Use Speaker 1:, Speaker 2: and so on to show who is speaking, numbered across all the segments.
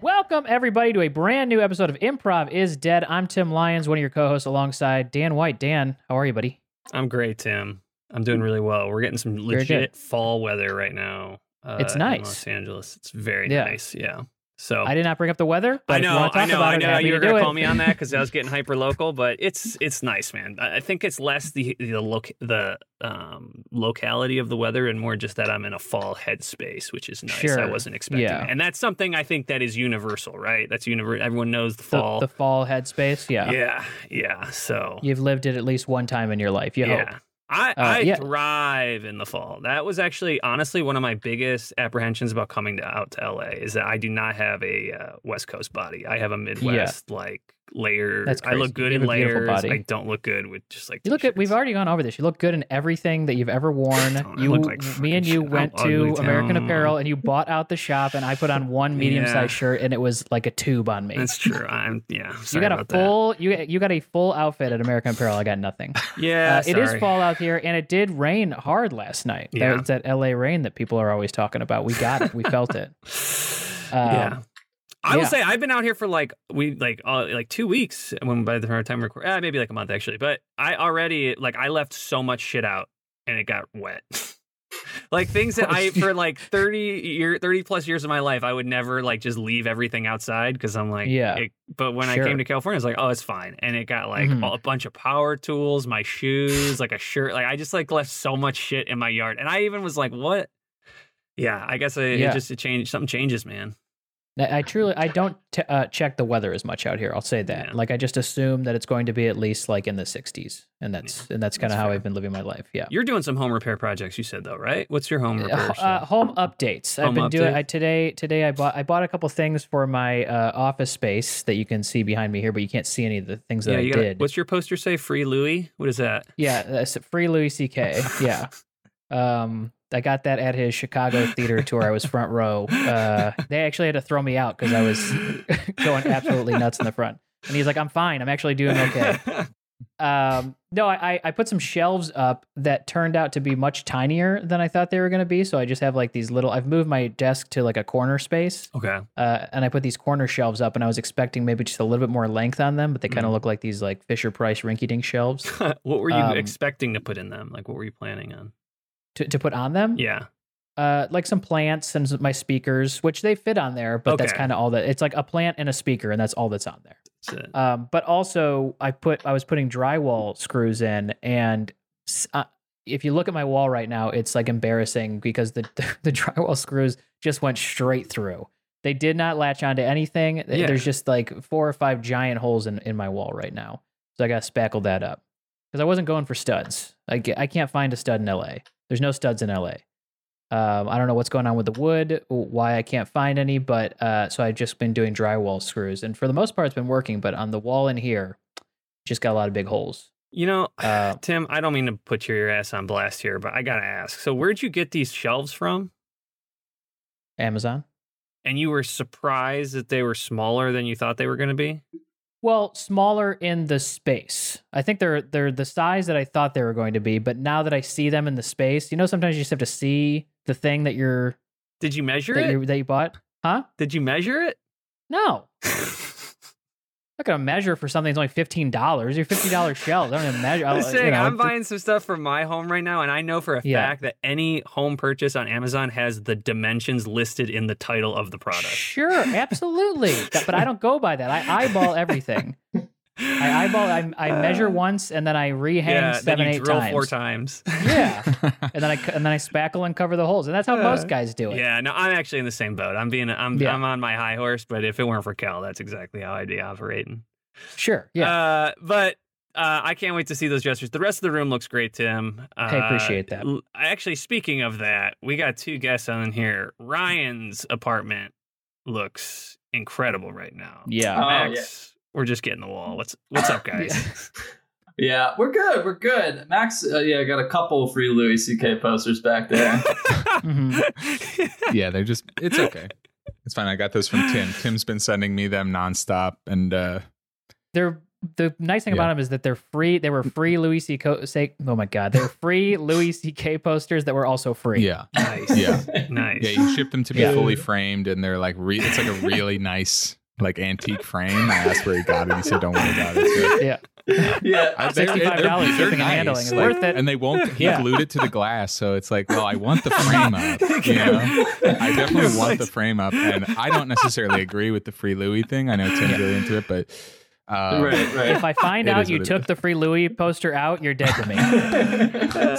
Speaker 1: Welcome, everybody, to a brand new episode of Improv is Dead. I'm Tim Lyons, one of your co hosts alongside Dan White. Dan, how are you, buddy?
Speaker 2: I'm great, Tim. I'm doing really well. We're getting some
Speaker 1: Very good.
Speaker 2: legit fall weather right now. Uh,
Speaker 1: It's
Speaker 2: in
Speaker 1: nice.
Speaker 2: Los Angeles. It's very
Speaker 1: Yeah.
Speaker 2: nice. Yeah. So
Speaker 1: I did not bring up the weather, but
Speaker 2: Oh. I
Speaker 1: if you
Speaker 2: know,
Speaker 1: wanna
Speaker 2: I
Speaker 1: talk
Speaker 2: know,
Speaker 1: about
Speaker 2: I
Speaker 1: it,
Speaker 2: know.
Speaker 1: happy
Speaker 2: You
Speaker 1: to
Speaker 2: were
Speaker 1: do
Speaker 2: gonna
Speaker 1: it.
Speaker 2: call me on that because I was getting hyper local, but it's it's nice, man. I I think it's less the the loc the um, locality of the weather and more just that I'm in a fall headspace, which is nice. I
Speaker 1: Sure.
Speaker 2: wasn't expecting,
Speaker 1: Yeah.
Speaker 2: that. and that's something I think that is universal, right? That's universal. Everyone knows the
Speaker 1: The,
Speaker 2: fall.
Speaker 1: the fall headspace. Yeah.
Speaker 2: yeah, yeah. So
Speaker 1: You've lived it at least one time in your life, you hope.
Speaker 2: I,
Speaker 1: Uh,
Speaker 2: I
Speaker 1: yeah.
Speaker 2: thrive in the fall. That was actually, honestly, one of my biggest apprehensions about coming to, out to LA is that I do not have a uh, West Coast body. I have a Midwest like layer.
Speaker 1: That's
Speaker 2: I
Speaker 1: crazy.
Speaker 2: look good
Speaker 1: You
Speaker 2: in
Speaker 1: have a beautiful
Speaker 2: layers.
Speaker 1: body.
Speaker 2: I don't look good with just like.
Speaker 1: You look at, we've
Speaker 2: t-shirts.
Speaker 1: already gone over this. You look good in everything that you've ever worn.
Speaker 2: don't. I
Speaker 1: You,
Speaker 2: look like
Speaker 1: me
Speaker 2: fucking
Speaker 1: and you
Speaker 2: shit. I'm
Speaker 1: went to
Speaker 2: ugly
Speaker 1: American
Speaker 2: town.
Speaker 1: Apparel and you bought out the shop, and I put on one medium
Speaker 2: Yeah.
Speaker 1: sized shirt, and it was like a tube on me.
Speaker 2: That's true. I'm yeah. I'm
Speaker 1: you
Speaker 2: sorry
Speaker 1: got a
Speaker 2: about
Speaker 1: full, you, you got a full outfit at American Apparel. I got nothing.
Speaker 2: That. Yeah,
Speaker 1: uh, it is
Speaker 2: sorry.
Speaker 1: fall out here, and it did rain hard last night.
Speaker 2: Yeah.
Speaker 1: That, it's that LA rain that people are always talking about. We got it. We felt it.
Speaker 2: yeah.
Speaker 1: Um,
Speaker 2: I will
Speaker 1: yeah.
Speaker 2: say I've been out here for like we like uh, like two weeks when by the time we record uh, maybe like a month actually, but I already like I left so much shit out and it got wet. like things that I for like thirty year thirty plus years of my life I would never like just leave everything outside because I'm like
Speaker 1: Yeah.
Speaker 2: It, but when
Speaker 1: Sure.
Speaker 2: I came to California, I was like oh it's fine, and it got like
Speaker 1: Mhm.
Speaker 2: all- a bunch of power tools, my shoes, like a shirt, like I just like left so much shit in my yard, and I even was like what. Yeah, I guess I,
Speaker 1: Yeah.
Speaker 2: it just it changed. Something changes, man.
Speaker 1: I I truly, I don't t- uh, check the weather as much out here. I'll say that.
Speaker 2: Yeah.
Speaker 1: Like, I just assume that it's going to be at least like in the 60s, and that's and that's kind of
Speaker 2: that's
Speaker 1: how
Speaker 2: fair.
Speaker 1: I've been living my life. Yeah.
Speaker 2: You're doing some home repair projects, you said though, right? What's your home
Speaker 1: Uh,
Speaker 2: repair?
Speaker 1: ho- uh,
Speaker 2: stuff?
Speaker 1: home updates. I've
Speaker 2: Home
Speaker 1: been doing
Speaker 2: update?
Speaker 1: I, today. Today I bought I bought a couple things for my uh, office space that you can see behind me here, but you can't see any of the things that
Speaker 2: yeah,
Speaker 1: I
Speaker 2: you
Speaker 1: did.
Speaker 2: what's your poster say? Free Louis? What is that?
Speaker 1: Yeah, that's free Louis C.K. Yeah, um, I got that at his Chicago theater tour. I was front row. Uh, they actually had to throw me out because I was going absolutely nuts in the front. And he's like, "I'm fine. I'm actually doing okay." Um, no, I I- I put some shelves up that turned out to be much tinier than I thought they were going to be. So I just have like these little. I've moved my desk to like a corner space,
Speaker 2: okay.
Speaker 1: uh, and I put these corner shelves up. And I was expecting maybe just a little bit more length on them, but they kind of look like these like Fisher Price rinky dink shelves
Speaker 2: what were you
Speaker 1: Um,
Speaker 2: expecting to put in them? Like, what were you planning on?
Speaker 1: to to put on them.
Speaker 2: Yeah.
Speaker 1: uh like some plants and s- my speakers which they fit on there but that's
Speaker 2: Okay.
Speaker 1: kind of all that it's like a plant and a speaker and that's all that's on there
Speaker 2: that's it.
Speaker 1: um but also i put i was putting drywall screws in and s- uh, if you look at my wall right now it's like embarrassing because the the drywall screws just went straight through they did not latch onto anything
Speaker 2: Yeah.
Speaker 1: there's just like four or five giant holes in in my wall right now so i gotta spackle that up because i wasn't going for studs I, ca- I can't find a stud in la there's no studs in la um, I don't know what's going on with the wood, why I can't find any, but uh, so I've just been doing drywall screws, and for the most part, it's been working. But on the wall in here, just got a lot of big holes.
Speaker 2: You know,
Speaker 1: Uh,
Speaker 2: Tim, I don't mean to put your ass on blast here, but I gotta ask. So, where'd you get these shelves from?
Speaker 1: Amazon.
Speaker 2: And you were surprised that they were smaller than you thought they were going to be?
Speaker 1: Well, smaller in the space. I think they're they're the size that I thought they were going to be, but now that I see them in the space, you know, sometimes you just have to see the thing that you're
Speaker 2: Did you measure
Speaker 1: that
Speaker 2: it?
Speaker 1: you that you bought, huh?
Speaker 2: Did you measure it?
Speaker 1: No, I'm not gonna measure for something that's only fifteen dollars. You're fifty dollars shells. I don't even measure.
Speaker 2: I'm
Speaker 1: I'll- uh,
Speaker 2: just
Speaker 1: you
Speaker 2: saying,
Speaker 1: know,
Speaker 2: I'm buying some stuff for my home right now, and I know for a
Speaker 1: Yeah.
Speaker 2: fact that any home purchase on Amazon has the dimensions listed in the title of the product.
Speaker 1: Sure, absolutely. That- but I don't go by that. I eyeball everything. I eyeball. I, I measure once, and then I rehang
Speaker 2: Uh, yeah,
Speaker 1: seven,
Speaker 2: then you
Speaker 1: eight
Speaker 2: drill
Speaker 1: times.
Speaker 2: four times.
Speaker 1: Yeah, and then I cu- and then I spackle and cover the holes, and that's how most
Speaker 2: Uh,
Speaker 1: guys do it.
Speaker 2: yeah, no, I'm actually in the same boat. I'm being, I'm,
Speaker 1: Yeah.
Speaker 2: I'm on my high horse, but if it weren't for Cal, that's exactly how I'd be operating.
Speaker 1: Sure. Yeah.
Speaker 2: Uh, but uh, I can't wait to see those dressers. The rest of the room looks great, Tim. Uh,
Speaker 1: I appreciate that.
Speaker 2: l- Actually, speaking of that, we got two guests on here. Ryan's apartment looks incredible right now.
Speaker 1: yeah.
Speaker 3: Oh,
Speaker 2: Max, we're just getting the wall. What's what's up, guys?
Speaker 3: Yeah, we're good. We're good. Max, uh, yeah, got a couple free Louis C.K. posters back there.
Speaker 1: Mhm.
Speaker 4: yeah, they're just it's okay. It's fine. I got those from Tim. Tim's been sending me them nonstop and uh
Speaker 1: They're the nice thing
Speaker 4: Yeah.
Speaker 1: about them is that they're free. They were free Louis C. Co- say, oh my God, they were free Louis C.K. posters that were also free.
Speaker 4: yeah.
Speaker 2: nice.
Speaker 4: Yeah.
Speaker 2: Nice.
Speaker 4: Yeah, you ship them to me
Speaker 1: Yeah.
Speaker 4: fully framed and they're like re- it's like a really nice like antique frame. I asked where he got it. He said, "Don't worry about it." So-
Speaker 1: Yeah.
Speaker 3: yeah.
Speaker 4: I-
Speaker 1: $65 shipping and handling is worth it.
Speaker 4: and they won't. He
Speaker 1: Yeah.
Speaker 4: glued it to the glass, so it's like, well, I want the frame up. You know? I definitely want the frame up, and I don't necessarily agree with the free Louis thing. I know Tim's really into it, but uh,
Speaker 3: Right,
Speaker 1: If
Speaker 3: right.
Speaker 1: I find
Speaker 4: It
Speaker 1: out
Speaker 4: is
Speaker 1: you
Speaker 4: what it
Speaker 1: took the free Louis poster out, you're dead to me.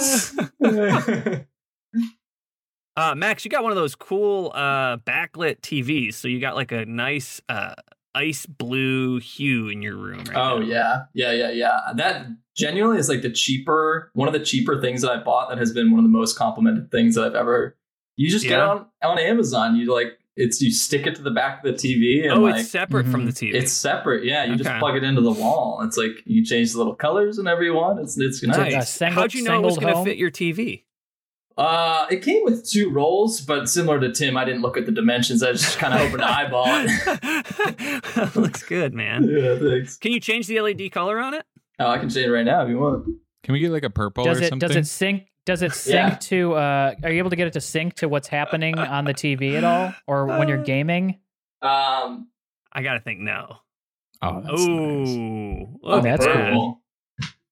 Speaker 2: Uh, Max, you got one of those cool uh, backlit TVs, so you got like a nice uh, ice blue hue in your room. Right
Speaker 3: oh
Speaker 2: now.
Speaker 3: yeah, yeah, yeah, yeah. That genuinely is like the cheaper one of the cheaper things that I bought. That has been one of the most complimented things that I've ever. You just get
Speaker 2: Yeah.
Speaker 3: on on Amazon. You like it's you stick it to the back of the TV and
Speaker 2: Oh,
Speaker 3: like
Speaker 2: it's separate from
Speaker 1: Mm-hmm.
Speaker 2: the TV.
Speaker 3: it's separate. Yeah, you
Speaker 2: Okay.
Speaker 3: just plug it into the wall. It's like you change the little colors whenever you want. It's it's nice.
Speaker 1: a single-
Speaker 2: How'd you know it was
Speaker 1: singled
Speaker 2: going to
Speaker 1: home?
Speaker 2: fit your TV?
Speaker 3: Uh, it came with two rolls, but similar to Tim, I didn't look at the dimensions. I just kind of opened an eyeball. it.
Speaker 2: Looks good, man.
Speaker 3: yeah, thanks.
Speaker 2: Can you change the LED color on it?
Speaker 3: Oh, I can change it right now if you want.
Speaker 4: Can we get like a purple
Speaker 1: Does
Speaker 4: or
Speaker 1: it
Speaker 4: something?
Speaker 1: does it sync does it sync
Speaker 3: Yeah.
Speaker 1: to uh are you able to get it to sync to what's happening on the TV at all or when you're gaming?
Speaker 3: Um,
Speaker 2: I gotta think no.
Speaker 4: oh, that's
Speaker 2: Oh,
Speaker 4: nice.
Speaker 1: Oh, that's
Speaker 2: bad.
Speaker 1: cool.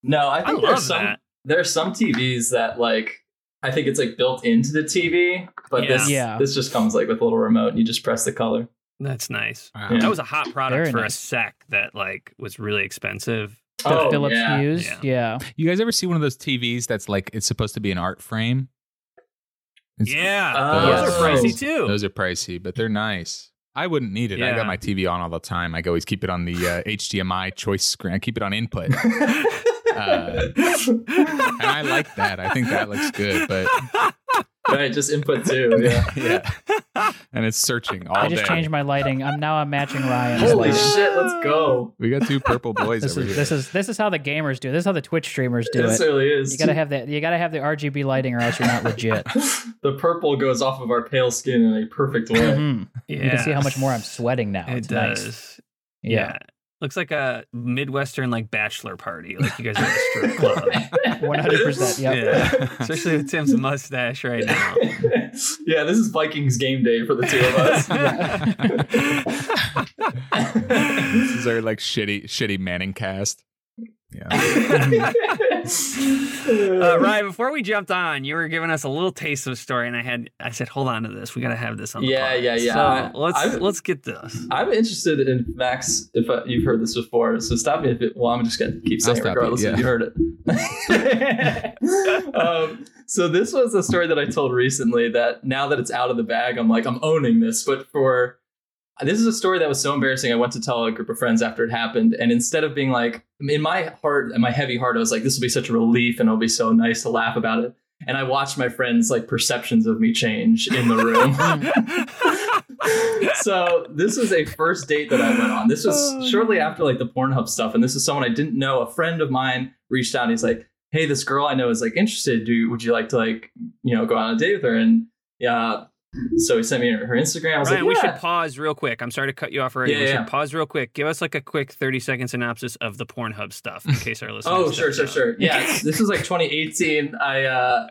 Speaker 3: No, I
Speaker 2: I love
Speaker 3: think there's some
Speaker 2: that.
Speaker 3: there are some TVs that like I think it's like built into the TV, but this
Speaker 1: Yeah. Yeah.
Speaker 3: this just comes like with a little remote and you just press the color.
Speaker 2: That's nice.
Speaker 4: Wow.
Speaker 3: Yeah.
Speaker 2: That was a hot product
Speaker 1: Very
Speaker 2: for a
Speaker 1: nice.
Speaker 2: sec that like was really expensive.
Speaker 1: The Philips
Speaker 3: oh, yeah.
Speaker 1: Hughes?
Speaker 2: Yeah.
Speaker 1: Yeah.
Speaker 4: You guys ever see one of those TVs that's like it's supposed to be an art frame? It's-
Speaker 2: yeah,
Speaker 3: Oh.
Speaker 2: those are pricey too.
Speaker 4: Those are pricey, but they're nice. I wouldn't need it. I
Speaker 2: Yeah.
Speaker 4: got my TV on all the time. I always keep it on the uh, HDMI choice screen. I keep it on input. Uh,
Speaker 1: Uh.
Speaker 4: and I like that. I think that looks good, but-
Speaker 3: right, just input two. Yeah.
Speaker 4: yeah. And it's searching all
Speaker 1: I just
Speaker 4: day.
Speaker 1: changed my lighting. I'm now I'm matching Ryan's
Speaker 3: Holy
Speaker 1: lighting.
Speaker 3: shit, let's go.
Speaker 4: we got two purple boys
Speaker 1: This
Speaker 4: over
Speaker 1: is
Speaker 4: here.
Speaker 1: this is this is how the gamers do. it. This is how the Twitch streamers do
Speaker 3: this
Speaker 1: it.
Speaker 3: really is.
Speaker 1: You gotta have that. You gotta have the RGB lighting, or else you're not legit.
Speaker 3: the purple goes off of our pale skin in a perfect way.
Speaker 1: Mhm.
Speaker 2: yeah.
Speaker 1: You can see how much more I'm sweating now.
Speaker 2: Mm-hmm. It
Speaker 1: it's
Speaker 2: does.
Speaker 1: nice.
Speaker 2: Yeah. looks like a midwestern like bachelor party. Like you guys are at a strip club.
Speaker 1: one hundred percent. Yeah.
Speaker 2: Yeah, especially with Tim's mustache right now.
Speaker 3: yeah, this is Vikings game day for the two of
Speaker 4: this
Speaker 3: us.
Speaker 4: is our like shitty, shitty Manning cast. Yeah.
Speaker 2: Uh, Ryan, before we jumped on, you were giving us a little taste of a story, and I had I said, "Hold on to this. We got to have this on." The
Speaker 3: Yeah,
Speaker 2: pod."
Speaker 3: yeah, yeah.
Speaker 2: So
Speaker 3: I-
Speaker 2: let's
Speaker 3: I've-
Speaker 2: let's get this.
Speaker 3: I'm interested in Max. If uh, you've heard this before, so stop me if it. Well, I'm just gonna keep
Speaker 4: I'll
Speaker 3: saying it
Speaker 4: stop you,
Speaker 3: regardless
Speaker 4: yeah.
Speaker 3: if you heard it. um, so this was a story that I told recently. That now that it's out of the bag, I'm like I'm owning this. But for this is a story that was so embarrassing. I went to tell a group of friends after it happened, and instead of being like in my heart, in my heavy heart, I was like, this will be such a relief, and it'll be so nice to laugh about it. And I watched my friends' like perceptions of me change in the room so this was a first date that I went on. This was
Speaker 2: Oh,
Speaker 3: shortly after like the Pornhub stuff, and this is someone I didn't know. A friend of mine reached out. And he's like, "Hey, this girl I know is like interested. Do would you like to like you know go out on a date with her?" And yeah, so he sent me her, her Instagram. I was
Speaker 2: Ryan,
Speaker 3: like,
Speaker 2: we
Speaker 3: "Yeah."
Speaker 2: should pause real quick. I'm sorry to cut you off already.
Speaker 3: Yeah,
Speaker 2: we
Speaker 3: yeah.
Speaker 2: should pause real quick. Give us like a quick 30 second synopsis of the Pornhub stuff in case our listeners.
Speaker 3: Oh, sure,
Speaker 2: don't
Speaker 3: sure,
Speaker 2: know.
Speaker 3: sure. Yeah, it's- this was like 2018. I uh,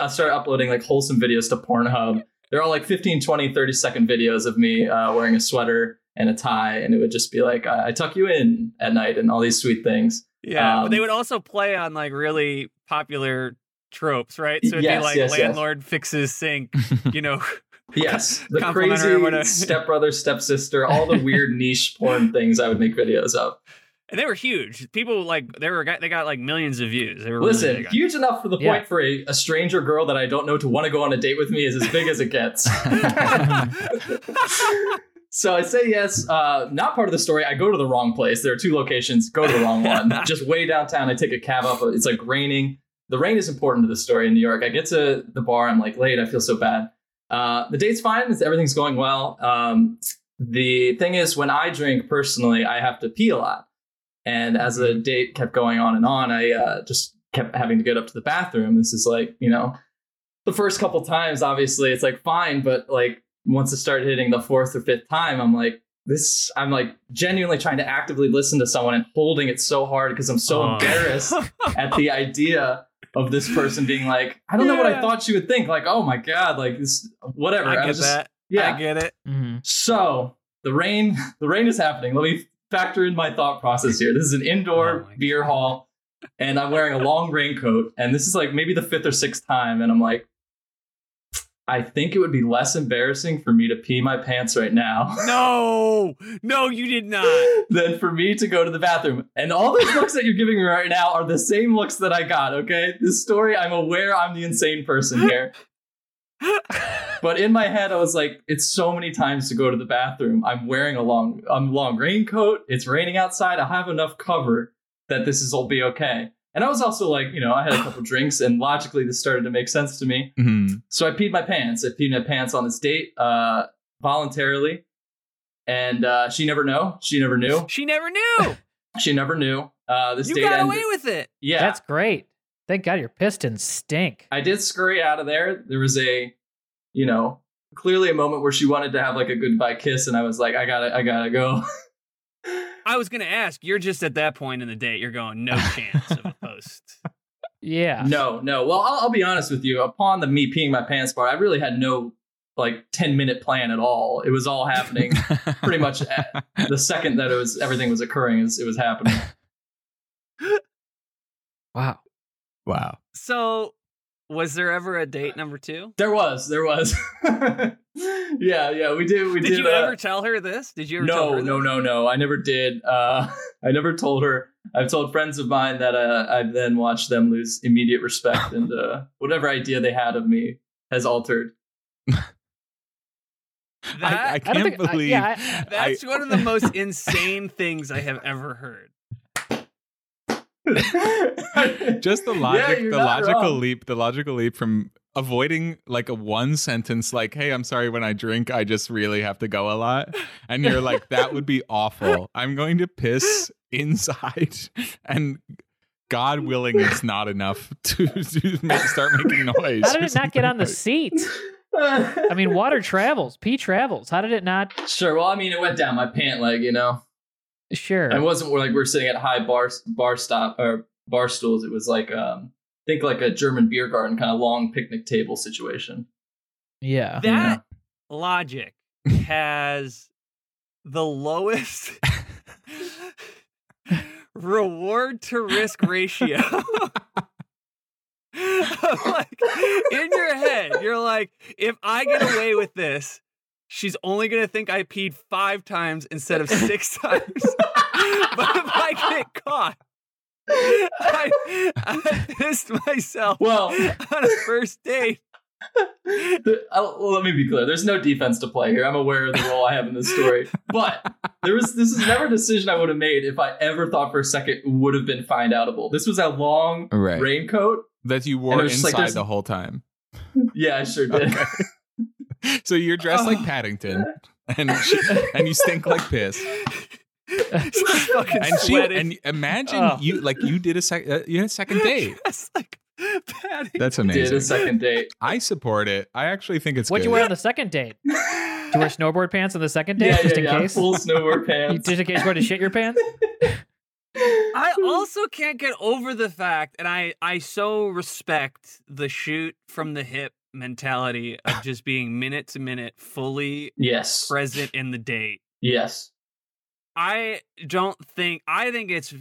Speaker 3: I started uploading like wholesome videos to Pornhub. They're all like 15, 20, 30 second videos of me uh, wearing a sweater and a tie, and it would just be like, I, I tuck you in at night and all these sweet things.
Speaker 2: Yeah, but
Speaker 3: Um,
Speaker 2: they would also play on like really popular tropes, right? So it'd
Speaker 3: Yes,
Speaker 2: be like
Speaker 3: yes, yes.
Speaker 2: landlord fixes sink, you know.
Speaker 3: Yes, the
Speaker 2: Compliment her or whatever.
Speaker 3: crazy stepbrother, stepsister, all the weird niche porn things I would make videos of.
Speaker 2: And they were huge. People like they were got- they got like millions of views. They were really
Speaker 3: Listen,
Speaker 2: big on-
Speaker 3: huge enough for the
Speaker 1: Yeah.
Speaker 3: point for a, a stranger girl that I don't know to want to go on a date with me is as big as it gets. so I say yes. Uh, not part of the story. I go to the wrong place. There are two locations. Go to the wrong one. Just way downtown. I take a cab up. It's like raining. The rain is important to the story in New York. I get to the bar. I'm like late. I feel so bad. Uh, the date's fine. It's, everything's going well. Um, the thing is, when I drink personally, I have to pee a lot. And as the date kept going on and on, I uh, just kept having to get up to the bathroom. This is like, you know, the first couple times, obviously, it's like fine, but like once it started hitting the fourth or fifth time, I'm like, this, I'm like genuinely trying to actively listen to someone and holding it so hard because I'm so
Speaker 2: Oh.
Speaker 3: embarrassed at the idea of this person being like, I don't know what I
Speaker 2: Yeah.
Speaker 3: thought she would think. Like, oh my God, like this, whatever.
Speaker 2: I
Speaker 3: I
Speaker 2: get
Speaker 3: was just,
Speaker 2: that.
Speaker 3: yeah.
Speaker 2: I get it.
Speaker 1: Mhm.
Speaker 3: So the rain, the rain is happening. Let me factor in my thought process here. This is an indoor
Speaker 2: Oh my
Speaker 3: beer hall, and I'm wearing a long raincoat. And this is like maybe the fifth or sixth time, and I'm like, I think it would be less embarrassing for me to pee my pants right now
Speaker 2: No, no, you did not.
Speaker 3: than for me to go to the bathroom. And all those looks that you're giving me right now are the same looks that I got, okay? This story, I'm aware I'm the insane person here. But in my head, I was like, it's so many times to go to the bathroom. I'm wearing a long, um, long raincoat. It's raining outside. I have enough cover that this is will be okay. And I was also like, you know, I had a couple drinks, and logically, this started to make sense to me.
Speaker 4: Mhm.
Speaker 3: So I peed my pants. I peed my pants on this date uh, voluntarily, and uh, she never know. She never knew.
Speaker 2: She never knew.
Speaker 3: She never knew. Uh, this
Speaker 2: you
Speaker 3: date
Speaker 2: got
Speaker 3: ended.
Speaker 2: away with it.
Speaker 3: yeah,
Speaker 1: That's great. Thank God your pistons stink.
Speaker 3: I did scurry out of there. There was a, you know, clearly a moment where she wanted to have like a goodbye kiss, and I was like, I gotta, I gotta go.
Speaker 2: I was gonna ask. You're just at that point in the date. You're going no chance of a post.
Speaker 1: yeah.
Speaker 3: No, no. Well, I'll, I'll be honest with you. Upon the me peeing my pants part, I really had no like ten minute plan at all. It was all happening pretty much at the second that it was everything was occurring. It was, it was happening.
Speaker 1: Wow.
Speaker 4: Wow.
Speaker 2: So, was there ever a date number two?
Speaker 3: There was, there was. yeah, yeah, we did. We
Speaker 2: Did,
Speaker 3: did.
Speaker 2: you
Speaker 3: uh,
Speaker 2: ever tell her this? Did you ever tell her
Speaker 3: No,
Speaker 2: this?
Speaker 3: no, no, no. I never did. Uh, I never told her. I've told friends of mine that uh, I've then watched them lose immediate respect, and uh, whatever idea they had of me has altered.
Speaker 2: That,
Speaker 4: I, I
Speaker 1: I don't
Speaker 4: can't
Speaker 1: think- I-
Speaker 4: believe.
Speaker 1: yeah,
Speaker 2: that's one of the most insane things I have ever heard.
Speaker 4: just the
Speaker 3: Yeah,
Speaker 4: logic
Speaker 3: you're
Speaker 4: the
Speaker 3: not
Speaker 4: logical
Speaker 3: wrong.
Speaker 4: leap the logical leap from avoiding like a one sentence like hey i'm sorry when i drink i just really have to go a lot and you're like that would be awful i'm going to piss inside and god willing it's not enough to, to make, start making noise
Speaker 1: How did
Speaker 4: or
Speaker 1: it not get on the
Speaker 4: something
Speaker 1: seat? I mean, water travels, pee travels. How did it not?
Speaker 3: sure. Well, I mean, it went down my pant leg, you know.
Speaker 1: Sure.
Speaker 3: It wasn't like we're sitting at high bar bar stop or bar stools. It was like um, I think like a German beer garden kind of long picnic table situation.
Speaker 1: yeah.
Speaker 2: That logic has the lowest reward to risk ratio. like in your head, you're like, if I get away with this, she's only gonna think I peed five times instead of six times. but if I get caught, I, I pissed myself
Speaker 3: Well,
Speaker 2: on a first date.
Speaker 3: the, I, well, let me be clear. There's no defense to play here. I'm aware of the role I have in this story, but there was this is never a decision I would have made if I ever thought for a second would have been find outable. This was a long
Speaker 4: Right.
Speaker 3: raincoat.
Speaker 4: that you
Speaker 3: And it
Speaker 4: wore
Speaker 3: was just like
Speaker 4: inside
Speaker 3: there's-
Speaker 4: the whole time
Speaker 3: Yeah, I sure did.
Speaker 4: so you're dressed like
Speaker 2: Oh.
Speaker 4: paddington and she, and you stink like piss
Speaker 2: She's fucking
Speaker 4: and she
Speaker 2: sweating.
Speaker 4: and imagine
Speaker 1: Oh.
Speaker 4: you like you did a sec- uh, you had a second date
Speaker 2: That's like Patty.
Speaker 4: That's
Speaker 3: Did a
Speaker 4: amazing.
Speaker 3: second date.
Speaker 4: I support it. I actually think it's
Speaker 1: What'd you
Speaker 4: good.
Speaker 1: wear on the second date? Did you wear snowboard pants on the second date
Speaker 3: Yeah,
Speaker 1: just
Speaker 3: yeah,
Speaker 1: in
Speaker 3: yeah.
Speaker 1: case?
Speaker 3: Full snowboard
Speaker 1: You-
Speaker 3: pants.
Speaker 1: just in case you wanted to shit your pants?
Speaker 2: I also can't get over the fact, and I I so respect the shoot from the hip mentality of just being minute to minute, fully
Speaker 3: Yes.
Speaker 2: present in the date.
Speaker 3: Yes.
Speaker 2: I don't think I think it's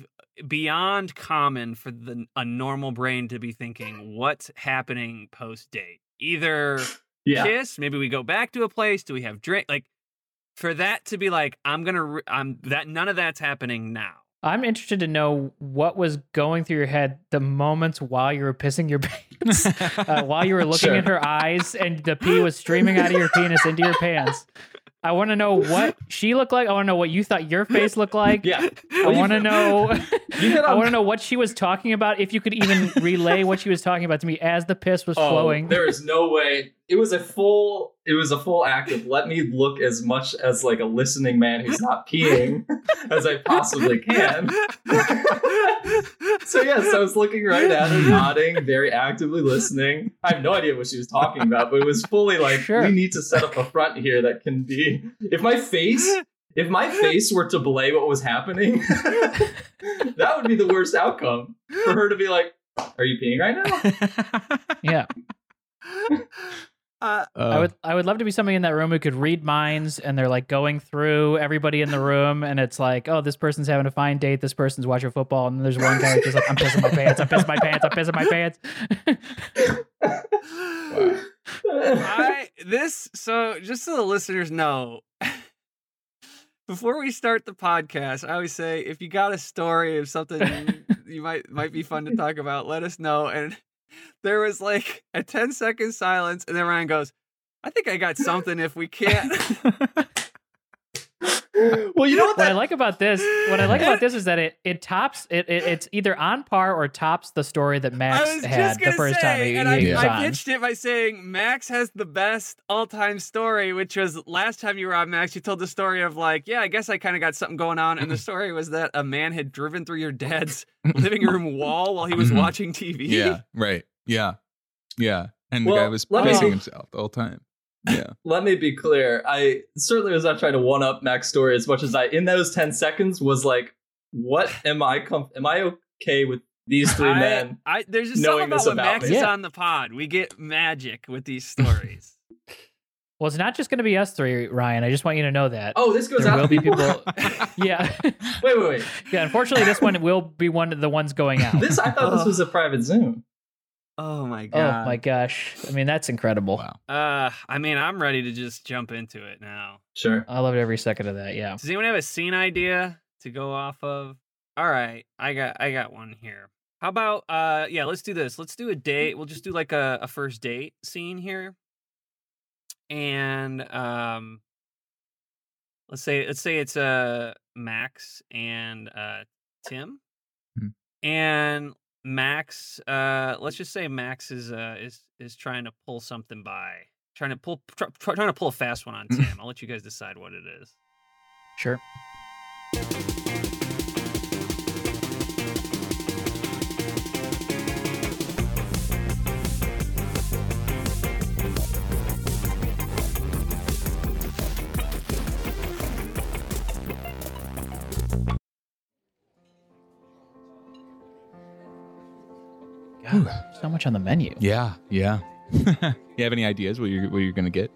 Speaker 2: beyond common for the a normal brain to be thinking what's happening post date. Either
Speaker 3: Yeah.
Speaker 2: kiss. Maybe we go back to a place. Do we have drink? Like for that to be like, I'm gonna, re- I'm that none of that's happening now.
Speaker 1: I'm interested to know what was going through your head the moments while you were pissing your pants, uh, while you were looking
Speaker 3: Sure.
Speaker 1: in her eyes and the pee was streaming out of your penis into your pants. I want to know what she looked like. I want to know what you thought your face looked like.
Speaker 3: Yeah.
Speaker 1: I want to know.
Speaker 3: You hit
Speaker 1: I
Speaker 3: on-
Speaker 1: want to know what she was talking about. If you could even relay what she was talking about to me as the piss was flowing.
Speaker 3: Oh, Um, There is no way. It was a full. It was a full act of let me look as much as like a listening man who's not peeing as I possibly can. so yes, I was looking right at her, nodding, very actively listening. I have no idea what she was talking about, but it was fully like
Speaker 1: Sure.
Speaker 3: we need to set up a front here that can be. If my face. If my face were to belay what was happening, that would be the worst outcome for her to be like, "Are you peeing right now?"
Speaker 1: yeah.
Speaker 2: Uh,
Speaker 4: Oh.
Speaker 1: I would I would love to be somebody in that room who could read minds and they're like going through everybody in the room and it's like, oh, this person's having a fine date, this person's watching football, and there's one guy who's just like, I'm pissing my pants, I'm pissing my pants, I'm pissing my pants.
Speaker 4: Wow.
Speaker 2: I this so just so the listeners know before we start the podcast, I always say if you got a story of something you might might be fun to talk about, let us know. And there was like a 10 second silence, and then Ryan goes, I think I got something if we can't.
Speaker 3: well, you know what?
Speaker 1: What I
Speaker 3: That,
Speaker 1: like about this, what I like about this is that it it tops it, it it's either on par or tops the story that Max
Speaker 2: I was
Speaker 1: had
Speaker 2: just
Speaker 1: the
Speaker 2: gonna
Speaker 1: first
Speaker 2: say,
Speaker 1: time he,
Speaker 2: and
Speaker 1: he
Speaker 2: I,
Speaker 1: was
Speaker 2: I
Speaker 1: on.
Speaker 2: pitched it by saying Max has the best all-time story, which was last time you were on Max, you told the story of like, yeah, I guess I kind of got something going on, and the story was that a man had driven through your dad's living room wall while he was
Speaker 1: Mm-hmm.
Speaker 4: Mhm.
Speaker 2: watching TV.
Speaker 4: yeah, right. Yeah, yeah. And the guy
Speaker 3: Well,
Speaker 4: was
Speaker 3: let me-
Speaker 4: pissing himself the whole time. Yeah.
Speaker 3: let me be clear. I certainly was not trying to one up Mac's story as much as I, in those 10 seconds, was like, what am I, com- am I okay with these three
Speaker 2: I-
Speaker 3: men?
Speaker 2: I, there's just something
Speaker 3: Knowing
Speaker 2: about
Speaker 3: this
Speaker 2: when
Speaker 3: about
Speaker 2: Max
Speaker 3: me.
Speaker 2: is
Speaker 1: Yeah.
Speaker 2: on the pod, we get magic with these stories.
Speaker 1: Well, it's not just going to be us three, Ryan. I just want you to know that.
Speaker 3: Oh, this goes
Speaker 1: there
Speaker 3: out
Speaker 1: will
Speaker 3: to
Speaker 1: be
Speaker 3: people.
Speaker 1: people.
Speaker 2: Oh
Speaker 1: yeah,
Speaker 3: Wait, wait, wait.
Speaker 1: yeah. Unfortunately, this one will be one of the ones going out.
Speaker 3: This, I thought this was a private Zoom.
Speaker 2: oh my
Speaker 1: Oh
Speaker 2: god!
Speaker 1: my gosh! I mean, that's incredible.
Speaker 4: Wow.
Speaker 2: Uh, I mean, I'm ready to just jump into it now.
Speaker 3: Sure.
Speaker 1: I loved every second of that. Yeah.
Speaker 2: Does anyone have a scene idea to go off of? All right, I got I got one here. How about uh yeah, let's do this. Let's do a date. We'll just do like a, a first date scene here. And um let's say let's say it's uh Max and uh Tim.
Speaker 4: Mhm.
Speaker 2: And Max uh let's just say Max is uh is is trying to pull something by. Trying to pull tr- tr- trying to pull a fast one on Tim. I'll let you guys decide what it is.
Speaker 1: Sure. God, so much on the menu.
Speaker 4: Yeah. Yeah. you have any ideas what you're what you're gonna get?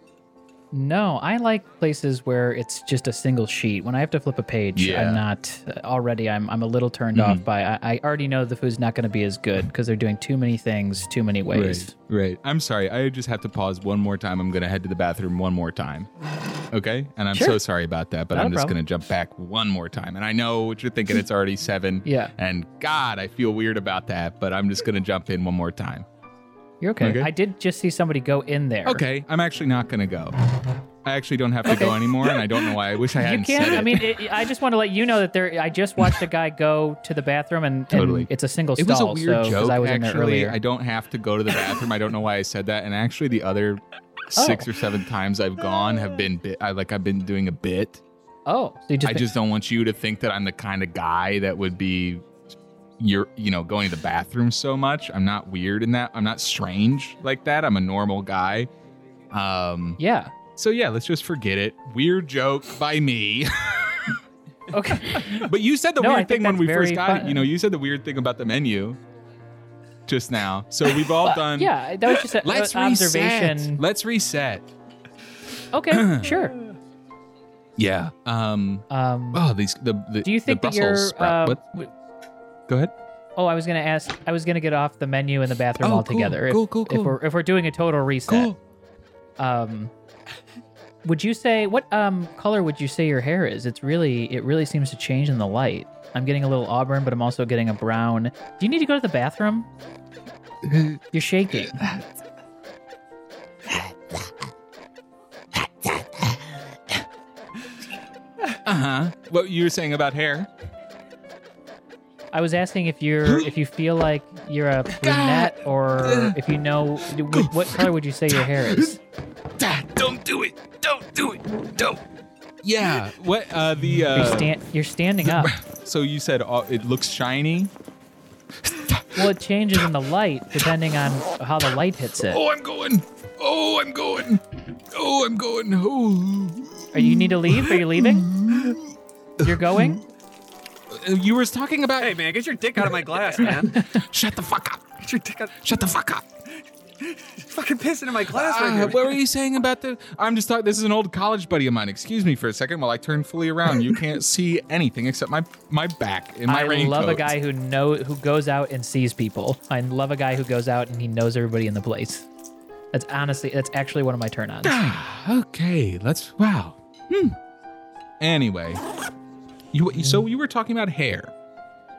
Speaker 1: No, I like places where it's just a single sheet. When I have to flip a page,
Speaker 4: Yeah. Mm-hmm.
Speaker 1: I'm not uh, already. I'm I'm a little turned off by. I, I already know the food's not going to be as good because they're doing too many things, too many ways.
Speaker 4: Right. Right. I'm sorry. I just have to pause one more time. I'm gonna head to the bathroom one more time. Okay. And I'm so
Speaker 1: Sure.
Speaker 4: sorry about that, but
Speaker 1: Not
Speaker 4: I'm
Speaker 1: a
Speaker 4: just
Speaker 1: problem.
Speaker 4: gonna jump back one more time. And I know what you're thinking. It's already seven.
Speaker 1: Yeah.
Speaker 4: And God, I feel weird about that, but I'm just gonna jump in one more time.
Speaker 1: You're okay.
Speaker 4: Okay.
Speaker 1: I did just see somebody go in there.
Speaker 4: Okay. I'm actually not gonna go. I actually don't have to go anymore, and I don't know why. I wish I
Speaker 1: You
Speaker 4: hadn't said
Speaker 1: can.
Speaker 4: it.
Speaker 1: I mean, it, I just want to let you know that there. I just watched a guy go to the bathroom, and, and
Speaker 4: Totally.
Speaker 1: it's a single
Speaker 4: It was a
Speaker 1: stall.
Speaker 4: weird
Speaker 1: so, 'cause
Speaker 4: joke.
Speaker 1: I was in there
Speaker 4: actually,
Speaker 1: earlier.
Speaker 4: I don't have to go to the bathroom. I don't know why I said that. And actually, the other
Speaker 1: Oh.
Speaker 4: six or seven times I've gone have been bit. I like I've been doing a bit.
Speaker 1: oh, so you just,
Speaker 4: I just don't want you to think that I'm the kind of guy that would be, you're you know going to the bathroom so much. I'm not weird in that. I'm not strange like that. I'm a normal guy. Um.
Speaker 1: yeah.
Speaker 4: So yeah, let's just forget it. Weird joke by me.
Speaker 1: Okay.
Speaker 4: but you said the
Speaker 1: No, I
Speaker 4: weird
Speaker 1: think
Speaker 4: thing when
Speaker 1: that's
Speaker 4: we first
Speaker 1: very
Speaker 4: got it.
Speaker 1: fun.
Speaker 4: You know, you said the weird thing about the menu. Just now, so we've all done.
Speaker 1: yeah, that was just an
Speaker 4: Let's
Speaker 1: observation.
Speaker 4: reset. Let's reset.
Speaker 1: Okay, sure.
Speaker 4: Yeah. Um.
Speaker 1: Um,
Speaker 4: Oh, these the, the
Speaker 1: do you
Speaker 4: the
Speaker 1: think that
Speaker 4: Brussels
Speaker 1: you're?
Speaker 4: sprout-
Speaker 1: uh,
Speaker 4: what? Go ahead.
Speaker 1: Oh, I was gonna ask. I was gonna get off the menu in the bathroom
Speaker 4: Oh,
Speaker 1: altogether.
Speaker 4: cool,
Speaker 1: if,
Speaker 4: cool, cool, cool.
Speaker 1: If we're if we're doing a total reset,
Speaker 4: Cool.
Speaker 1: um, would you say what um color would you say your hair is? It's really it really seems to change in the light. I'm getting a little auburn, but I'm also getting a brown. Do you need to go to the bathroom? You're shaking.
Speaker 4: Uh huh. What you were saying about hair?
Speaker 1: I was asking if you're if you feel like you're a brunette or if you know what, what color would you say your hair is?
Speaker 4: Dad, don't do it. Don't do it. Don't. Yeah. What? Uh. The.
Speaker 1: You're,
Speaker 4: Uh,
Speaker 1: stan- you're standing up.
Speaker 4: so you said uh, it looks shiny.
Speaker 1: Well, it changes in the light depending on how the light hits it.
Speaker 4: Oh, I'm going. Oh, I'm going. Oh, I'm going. Oh.
Speaker 1: Are you need to leave? Are you leaving? You're going?
Speaker 4: Uh, You were talking about.
Speaker 2: Hey man, get your dick out of my glass, man.
Speaker 4: Shut the fuck up.
Speaker 2: Get your dick out.
Speaker 4: Shut the fuck up.
Speaker 2: fucking pissing in my glass right
Speaker 4: Ah,
Speaker 2: here.
Speaker 4: what were you saying about the? I'm just talking. This is an old college buddy of mine. Excuse me for a second while I turn fully around. You can't see anything except my my back and my
Speaker 1: I
Speaker 4: raincoat.
Speaker 1: love a guy who know who goes out and sees people. I love a guy who goes out and he knows everybody in the place. That's honestly, that's actually one of my turn
Speaker 4: Ah.
Speaker 1: ons.
Speaker 4: Okay, let's. Wow. Hmm. Anyway, you so you were talking about hair.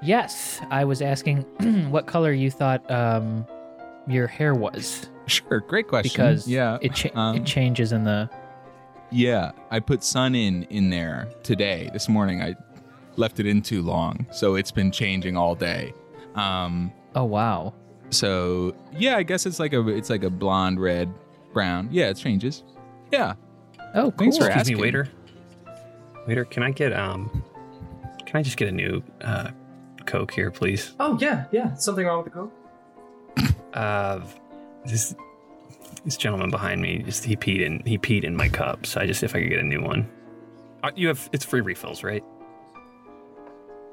Speaker 1: yes, I was asking what color you thought um, your hair was
Speaker 4: Sure, great question.
Speaker 1: because
Speaker 4: yeah,
Speaker 1: it, cha-
Speaker 4: um,
Speaker 1: it changes in the.
Speaker 4: yeah, I put sun in in there today. This morning I left it in too long, so it's been changing all day. Um,
Speaker 1: Oh wow.
Speaker 4: so yeah, I guess it's like a it's like a blonde, red, brown. Yeah, it changes. Yeah,
Speaker 1: Oh, cool.
Speaker 4: Thanks for
Speaker 2: Excuse
Speaker 4: asking.
Speaker 2: me, waiter. Waiter, can I get um, can I just get a new uh, Coke here, please?
Speaker 3: Oh yeah, yeah. Something wrong with the coke?
Speaker 2: Uh, this this gentleman behind me just he peed in he peed in my cup, so I just if I could get a new one. Uh, you have it's free refills, right?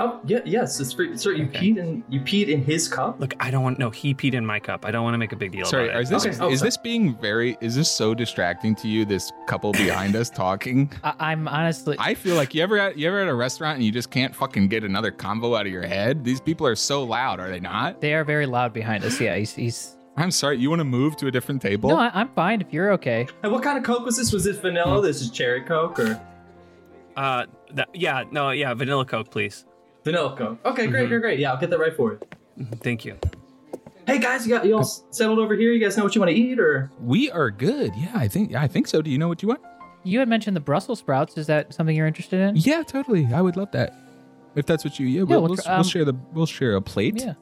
Speaker 3: Oh yeah, yes. It's free. Sir, you
Speaker 2: Okay.
Speaker 3: peed in you peed in his cup.
Speaker 2: Look, I don't want no. He peed in my cup. I don't want to make a big deal.
Speaker 4: Sorry,
Speaker 2: about
Speaker 4: is
Speaker 2: it.
Speaker 4: this
Speaker 3: Okay. Oh,
Speaker 4: is
Speaker 3: sorry.
Speaker 4: this being very is this so distracting to you? This couple behind us talking.
Speaker 1: I- I'm honestly.
Speaker 4: I feel like you ever at, you ever at a restaurant and you just can't fucking get another combo out of your head. These people are so loud, are they not?
Speaker 1: they are very loud behind us. Yeah, he's. he's
Speaker 4: I'm sorry, you want to move to a different table?
Speaker 1: no, I, I'm fine if you're okay.
Speaker 3: And what kind of coke was this? Was this vanilla? This is cherry coke or
Speaker 2: Uh, that, yeah, no, yeah, vanilla Coke, please.
Speaker 3: vanilla coke? Okay, great, great, great. Yeah, I'll get that right for you.
Speaker 2: Thank you.
Speaker 3: Hey guys, you got you all s- settled over here? You guys know what you want to eat or?
Speaker 4: we are good. Yeah, I think I think so. Do you know what you want?
Speaker 1: You had mentioned the Brussels sprouts. Is that something you're interested in?
Speaker 4: Yeah, totally. I would love that. If that's what you yeah, we'll,
Speaker 1: we'll
Speaker 4: we'll,
Speaker 1: try-
Speaker 4: we'll
Speaker 1: um,
Speaker 4: share the we'll share a plate
Speaker 1: Yeah.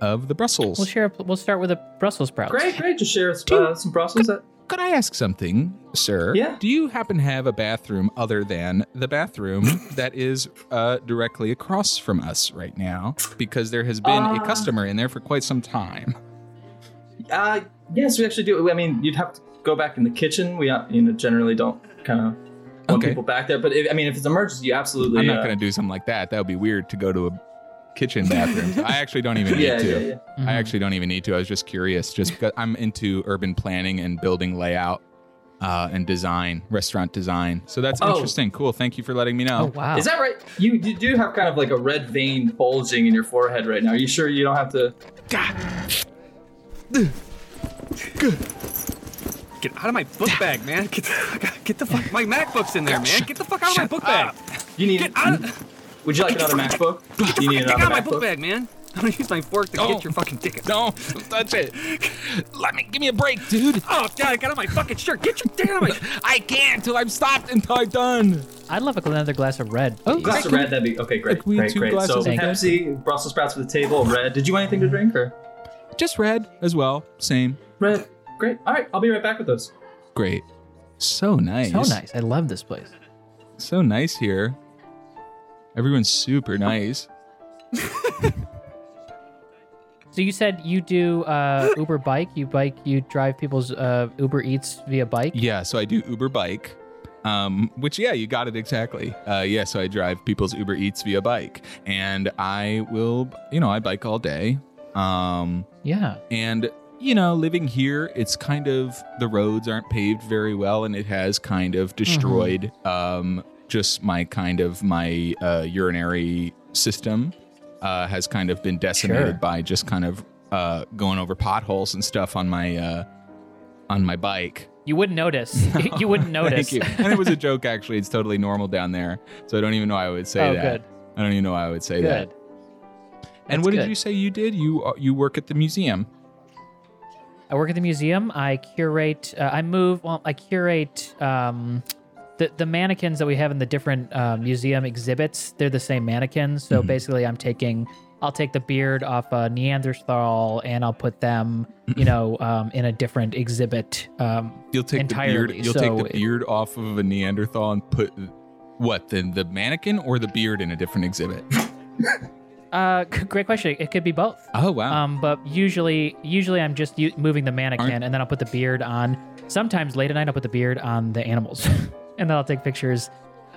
Speaker 4: of the Brussels.
Speaker 1: We'll share. A, we'll start with a Brussels sprouts.
Speaker 3: Great, great. Just share us, uh, some Brussels. That,
Speaker 4: Could I ask something, sir?
Speaker 3: Yeah.
Speaker 4: Do you happen to have a bathroom other than the bathroom that is uh, directly across from us right now? Because there has been a
Speaker 3: Uh.
Speaker 4: customer in there for quite some time.
Speaker 3: uh, yes, we actually do. I mean, you'd have to go back in the kitchen. We uh, you know generally don't kind of want
Speaker 4: Okay.
Speaker 3: people back there. But if, I mean, if it's an emergency, you absolutely.
Speaker 4: I'm not
Speaker 3: uh,
Speaker 4: going to do something like that. That would be weird to go to a kitchen bathroom. I actually don't even need
Speaker 3: Yeah,
Speaker 4: to.
Speaker 3: yeah, yeah.
Speaker 1: Mhm.
Speaker 4: I actually don't even need to. I was just curious, just because I'm into urban planning and building layout uh, and design, restaurant design. So that's
Speaker 3: Oh.
Speaker 4: interesting. Cool. Thank you for letting me
Speaker 1: Oh
Speaker 4: know.
Speaker 1: wow.
Speaker 3: Is that right? You, you do have kind of like a red vein bulging in your forehead right now. Are you sure you don't have to?
Speaker 2: Get out of my book bag, man. Get the, get the fuck. My MacBook's in there, man. Get the fuck out of my book bag.
Speaker 3: You need.
Speaker 2: Get out of,
Speaker 3: Would you like another MacBook? You need
Speaker 2: get out
Speaker 3: another
Speaker 2: of my book
Speaker 3: MacBook.
Speaker 2: bag, man. I'm gonna use my fork to
Speaker 4: Oh.
Speaker 2: get your fucking dick. out.
Speaker 4: No, touch it. Let me give me a break, dude.
Speaker 2: Oh god, I got on my fucking shirt. Get your dick out of my.
Speaker 4: I can't till I'm stopped until I'm done.
Speaker 1: I'd love another glass of red.
Speaker 4: Oh,
Speaker 1: please.
Speaker 3: Glass of red, that'd be okay. Great,
Speaker 4: Like, we
Speaker 3: great,
Speaker 4: had two
Speaker 3: great. So
Speaker 4: glasses
Speaker 1: of red.
Speaker 3: Pepsi, Brussels sprouts for the table. Red. Did you want anything to drink or?
Speaker 4: Just red as well. Same.
Speaker 3: Red. Great. All right, I'll be right back with those.
Speaker 4: Great. So nice.
Speaker 1: So nice. I love this place.
Speaker 4: So nice here. Everyone's super nice.
Speaker 1: So you said you do uh, Uber bike. You bike. You drive people's uh, Uber Eats via bike.
Speaker 4: Yeah, so I do Uber bike. Um, which yeah, you got it exactly. Uh, yeah, so I drive people's Uber Eats via bike, and I will, you know, I bike all day. Um,
Speaker 1: Yeah.
Speaker 4: and you know, living here, it's kind of the roads aren't paved very well, and it has kind of destroyed um, just my kind of my uh, urinary system uh, has kind of been decimated
Speaker 1: Sure.
Speaker 4: by just kind of uh, going over potholes and stuff on my uh, on my bike.
Speaker 1: You wouldn't notice. you wouldn't notice.
Speaker 4: Thank you. And it was a joke, actually. It's totally normal down there. So I don't even know why I would say
Speaker 1: Oh,
Speaker 4: that.
Speaker 1: good.
Speaker 4: I don't even know why I would say that.
Speaker 1: Good.
Speaker 4: And
Speaker 1: That's
Speaker 4: what did
Speaker 1: good.
Speaker 4: you say you did? You uh, you work at the museum.
Speaker 1: I work at the museum. I curate. Uh, I move. Well, I curate um, the the mannequins that we have in the different uh, museum exhibits. They're the same mannequins. So basically, I'm taking. I'll take the beard off a Neanderthal and I'll put them, you know, um, in a different exhibit. Um,
Speaker 4: You'll take the
Speaker 1: Entirely,
Speaker 4: beard. You'll
Speaker 1: so
Speaker 4: take
Speaker 1: it-
Speaker 4: the beard off of a Neanderthal and put what the the mannequin or the beard in a different exhibit.
Speaker 1: uh, great question. It could be both.
Speaker 4: Oh wow.
Speaker 1: Um, but usually, usually I'm just u- moving the mannequin,
Speaker 4: Aren't-
Speaker 1: and then I'll put the beard on. Sometimes late at night, I'll put the beard on the animals, and then I'll take pictures,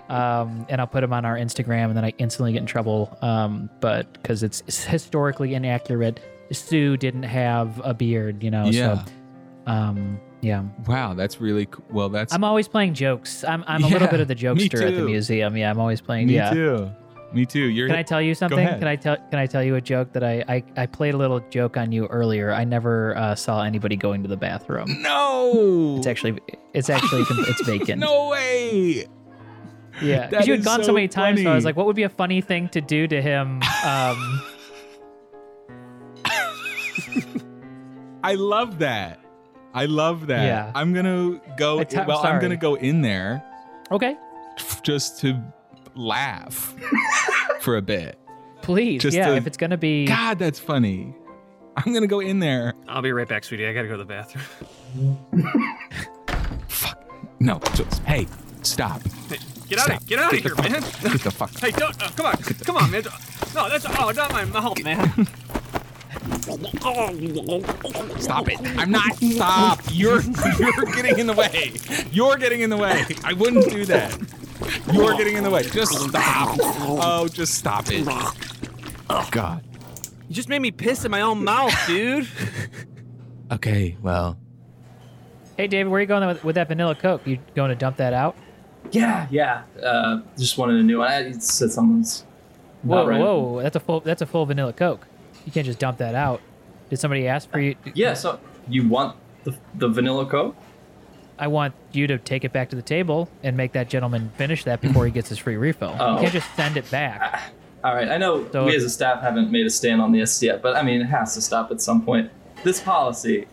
Speaker 1: um, and I'll put them on our Instagram, and then I instantly get in trouble, um, but because it's, it's historically inaccurate. Sue didn't have a beard, you know.
Speaker 4: Yeah.
Speaker 1: So, Um, yeah,
Speaker 4: Wow, that's really cool. Well, that's
Speaker 1: I'm always playing jokes. I'm I'm a little
Speaker 4: Yeah,
Speaker 1: bit of the
Speaker 4: me
Speaker 1: jokester at the
Speaker 4: too.
Speaker 1: museum. Yeah, I'm always playing.
Speaker 4: me
Speaker 1: yeah.
Speaker 4: too. Me too. You're
Speaker 1: Can I tell you something?
Speaker 4: ahead.
Speaker 1: Can I tell Can I tell you a joke that I I, I played a little joke on you earlier? I never uh, saw anybody going to the bathroom.
Speaker 4: no.
Speaker 1: It's actually it's actually it's vacant.
Speaker 4: no way.
Speaker 1: Yeah,
Speaker 4: That
Speaker 1: because you had
Speaker 4: is
Speaker 1: gone so,
Speaker 4: so
Speaker 1: many times, so I was
Speaker 4: funny.
Speaker 1: like, what would be a funny thing to do to him? Um,
Speaker 4: I love that. I love that.
Speaker 1: Yeah.
Speaker 4: I'm gonna go.
Speaker 1: I t- I'm
Speaker 4: well, I'm
Speaker 1: sorry.
Speaker 4: gonna go in there
Speaker 1: okay,
Speaker 4: just to laugh for a bit.
Speaker 1: please,
Speaker 4: Just
Speaker 1: yeah.
Speaker 4: to-
Speaker 1: if it's gonna be,
Speaker 4: God, that's funny. I'm gonna go in there.
Speaker 2: I'll be right back, sweetie. I gotta go to the bathroom.
Speaker 4: No. just- hey, stop.
Speaker 2: Get out of
Speaker 4: Stop.
Speaker 2: get out of
Speaker 4: Get the
Speaker 2: here,
Speaker 4: fuck-
Speaker 2: man.
Speaker 4: Get the fuck.
Speaker 2: Hey, don't uh, come on, come on, man. No, that's oh, not my mouth, man.
Speaker 4: Stop it. I'm not. Stop. You're you're getting in the way. You're getting in the way. I wouldn't do that. You're getting in the way. Just stop. Oh, just stop it. God.
Speaker 2: You just made me piss in my own mouth, dude.
Speaker 4: Okay. Well.
Speaker 1: hey, David, where are you going with, with that vanilla coke? You going to dump that out?
Speaker 3: Yeah, yeah. Uh, just wanted a new one. I it said someone's. not
Speaker 1: Whoa,
Speaker 3: right.
Speaker 1: whoa, that's a full that's a full vanilla coke. You can't just dump that out. Did somebody ask for you?
Speaker 3: Yeah. So you want the, the vanilla coke?
Speaker 1: I want you to take it back to the table and make that gentleman finish that before he gets his free refill.
Speaker 3: Oh.
Speaker 1: You can't just send it back.
Speaker 3: All right. I know
Speaker 1: So-
Speaker 3: we as a staff haven't made a stand on this yet, but I mean it has to stop at some point. This policy,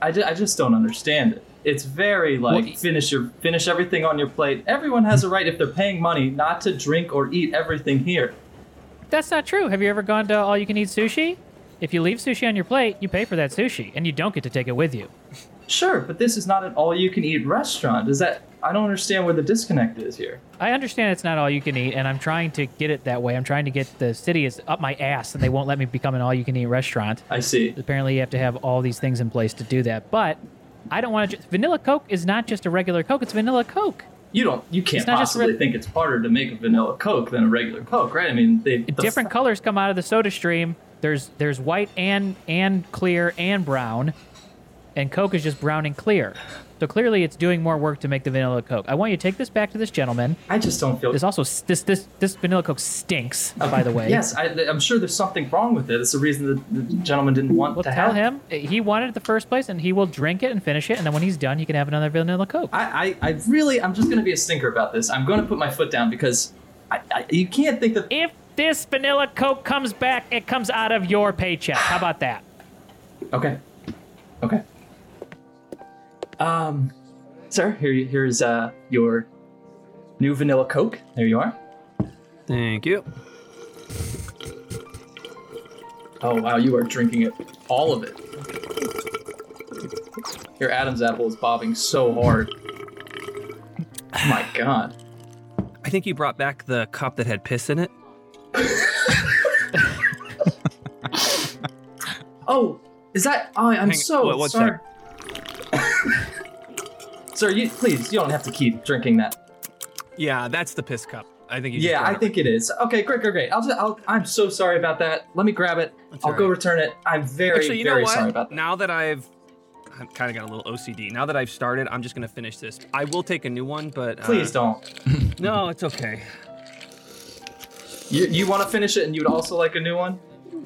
Speaker 3: I, ju- I just don't understand it. It's very like
Speaker 1: Well,
Speaker 3: finish your finish everything on your plate. Everyone has a right if they're paying money not to drink or eat everything here.
Speaker 1: That's not true. Have you ever gone to all you can eat sushi? If you leave sushi on your plate, you pay for that sushi, and you don't get to take it with you.
Speaker 3: Sure, but this is not an all-you-can-eat restaurant. Is that? I don't understand where the disconnect is here.
Speaker 1: I understand it's not all you can eat, and I'm trying to get it that way. I'm trying to get the city is up my ass, and they won't let me become an all you can eat restaurant.
Speaker 3: I see.
Speaker 1: Apparently, you have to have all these things in place to do that. But I don't want to. Just, vanilla Coke is not just a regular Coke; it's vanilla Coke.
Speaker 3: You don't. You can't
Speaker 1: It's not just
Speaker 3: possibly
Speaker 1: re-
Speaker 3: think it's harder to make a vanilla Coke than a regular Coke, right? I mean, they the
Speaker 1: Different colors come out of the Soda Stream. There's there's white and and clear and brown, and Coke is just brown and clear. So clearly, it's doing more work to make the vanilla Coke. I want you to take this back to this gentleman.
Speaker 3: I just don't feel.
Speaker 1: This also this this this vanilla Coke stinks. By the way,
Speaker 3: Yes, I, I'm sure there's something wrong with it. It's the reason that the gentleman didn't want
Speaker 1: Well,
Speaker 3: to
Speaker 1: tell
Speaker 3: have
Speaker 1: him he wanted it the first place, and he will drink it and finish it, and then when he's done, he can have another vanilla coke.
Speaker 3: I, I, I really, I'm just going to be a stinker about this. I'm going to put my foot down because I, I, you can't think that.
Speaker 1: if this vanilla coke comes back, it comes out of your paycheck. How about that?
Speaker 3: Okay, okay. Um, sir, here, you- here's uh your new vanilla Coke. There you are.
Speaker 2: Thank you.
Speaker 3: Oh wow, you are drinking it, all of it. Your Adam's apple is bobbing so hard. Oh my god.
Speaker 2: I think you brought back the cup that had piss in it.
Speaker 3: Oh, is that? Oh, I'm
Speaker 2: Hang-
Speaker 3: so
Speaker 2: wait, one
Speaker 3: sorry. Sir, you please, you don't have to keep drinking that.
Speaker 2: Yeah, that's the piss cup. I think you. just
Speaker 3: Yeah,
Speaker 2: brought
Speaker 3: I
Speaker 2: it
Speaker 3: think it is. Okay, great, great, great. I'll just, I'll, I'm so sorry about that. Let me grab it.
Speaker 2: That's
Speaker 3: I'll
Speaker 2: all
Speaker 3: go
Speaker 2: right.
Speaker 3: return it. I'm very,
Speaker 2: Actually, you know
Speaker 3: very
Speaker 2: what?
Speaker 3: sorry about that.
Speaker 2: Now that I've I've kind of got a little OCD. Now that I've started, I'm just gonna finish this. I will take a new one, but uh,
Speaker 3: Please don't.
Speaker 2: No, it's okay.
Speaker 3: You, you want to finish it, and you'd also like a new one,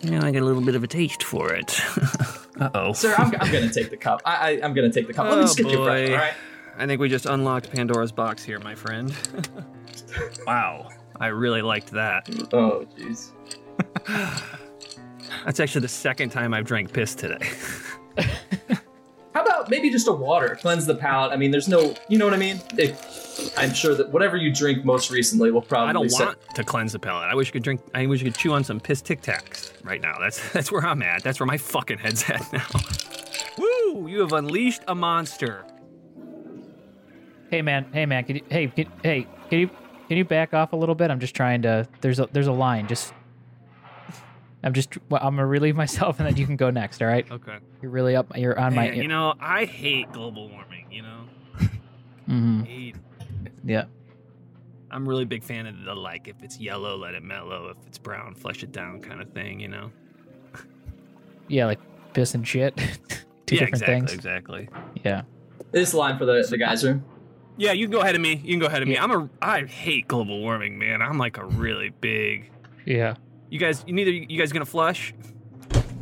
Speaker 2: Now I get a little bit of a taste for it. uh oh.
Speaker 3: sir. I'm, I'm gonna take the cup. I, I I'm gonna take the cup. Let
Speaker 2: Oh,
Speaker 3: me skip your breath.
Speaker 2: boy.
Speaker 3: All right.
Speaker 2: I think we just unlocked Pandora's box here, my friend. wow. I really liked that.
Speaker 3: Oh jeez.
Speaker 2: That's actually the second time I've drank piss today.
Speaker 3: How about maybe just a water cleanse the palate? I mean, there's no, you know what I mean. It, I'm sure that whatever you drink most recently will probably.
Speaker 2: I don't
Speaker 3: set-
Speaker 2: want to cleanse the palate. I wish you could drink. I wish you could chew on some piss Tic Tacs right now. That's that's where I'm at. That's where my fucking head's at now. Woo! You have unleashed a monster.
Speaker 1: Hey man, hey man, can you, hey can, hey can you can you back off a little bit? I'm just trying to. There's a there's a line. Just I'm just well, I'm gonna relieve myself, and then you can go next. All right.
Speaker 2: Okay.
Speaker 1: You're really up. You're on my.
Speaker 2: Man, you know, I hate global warming. You know,
Speaker 1: Mhm,
Speaker 2: hate.
Speaker 1: Yeah.
Speaker 2: I'm really big fan of the like. If it's yellow, let it mellow. If it's brown, flush it down, kind of thing. You know.
Speaker 1: Yeah. Like piss and shit. two
Speaker 2: yeah,
Speaker 1: different
Speaker 2: exactly,
Speaker 1: things.
Speaker 2: Exactly.
Speaker 1: Yeah.
Speaker 3: This line for the, the guys room.
Speaker 2: Yeah, you can go ahead of me. You can go ahead of
Speaker 1: Yeah.
Speaker 2: me. I'm a. I hate global warming, man. I'm like a really big.
Speaker 1: Yeah.
Speaker 2: You guys, you neither. You guys gonna flush?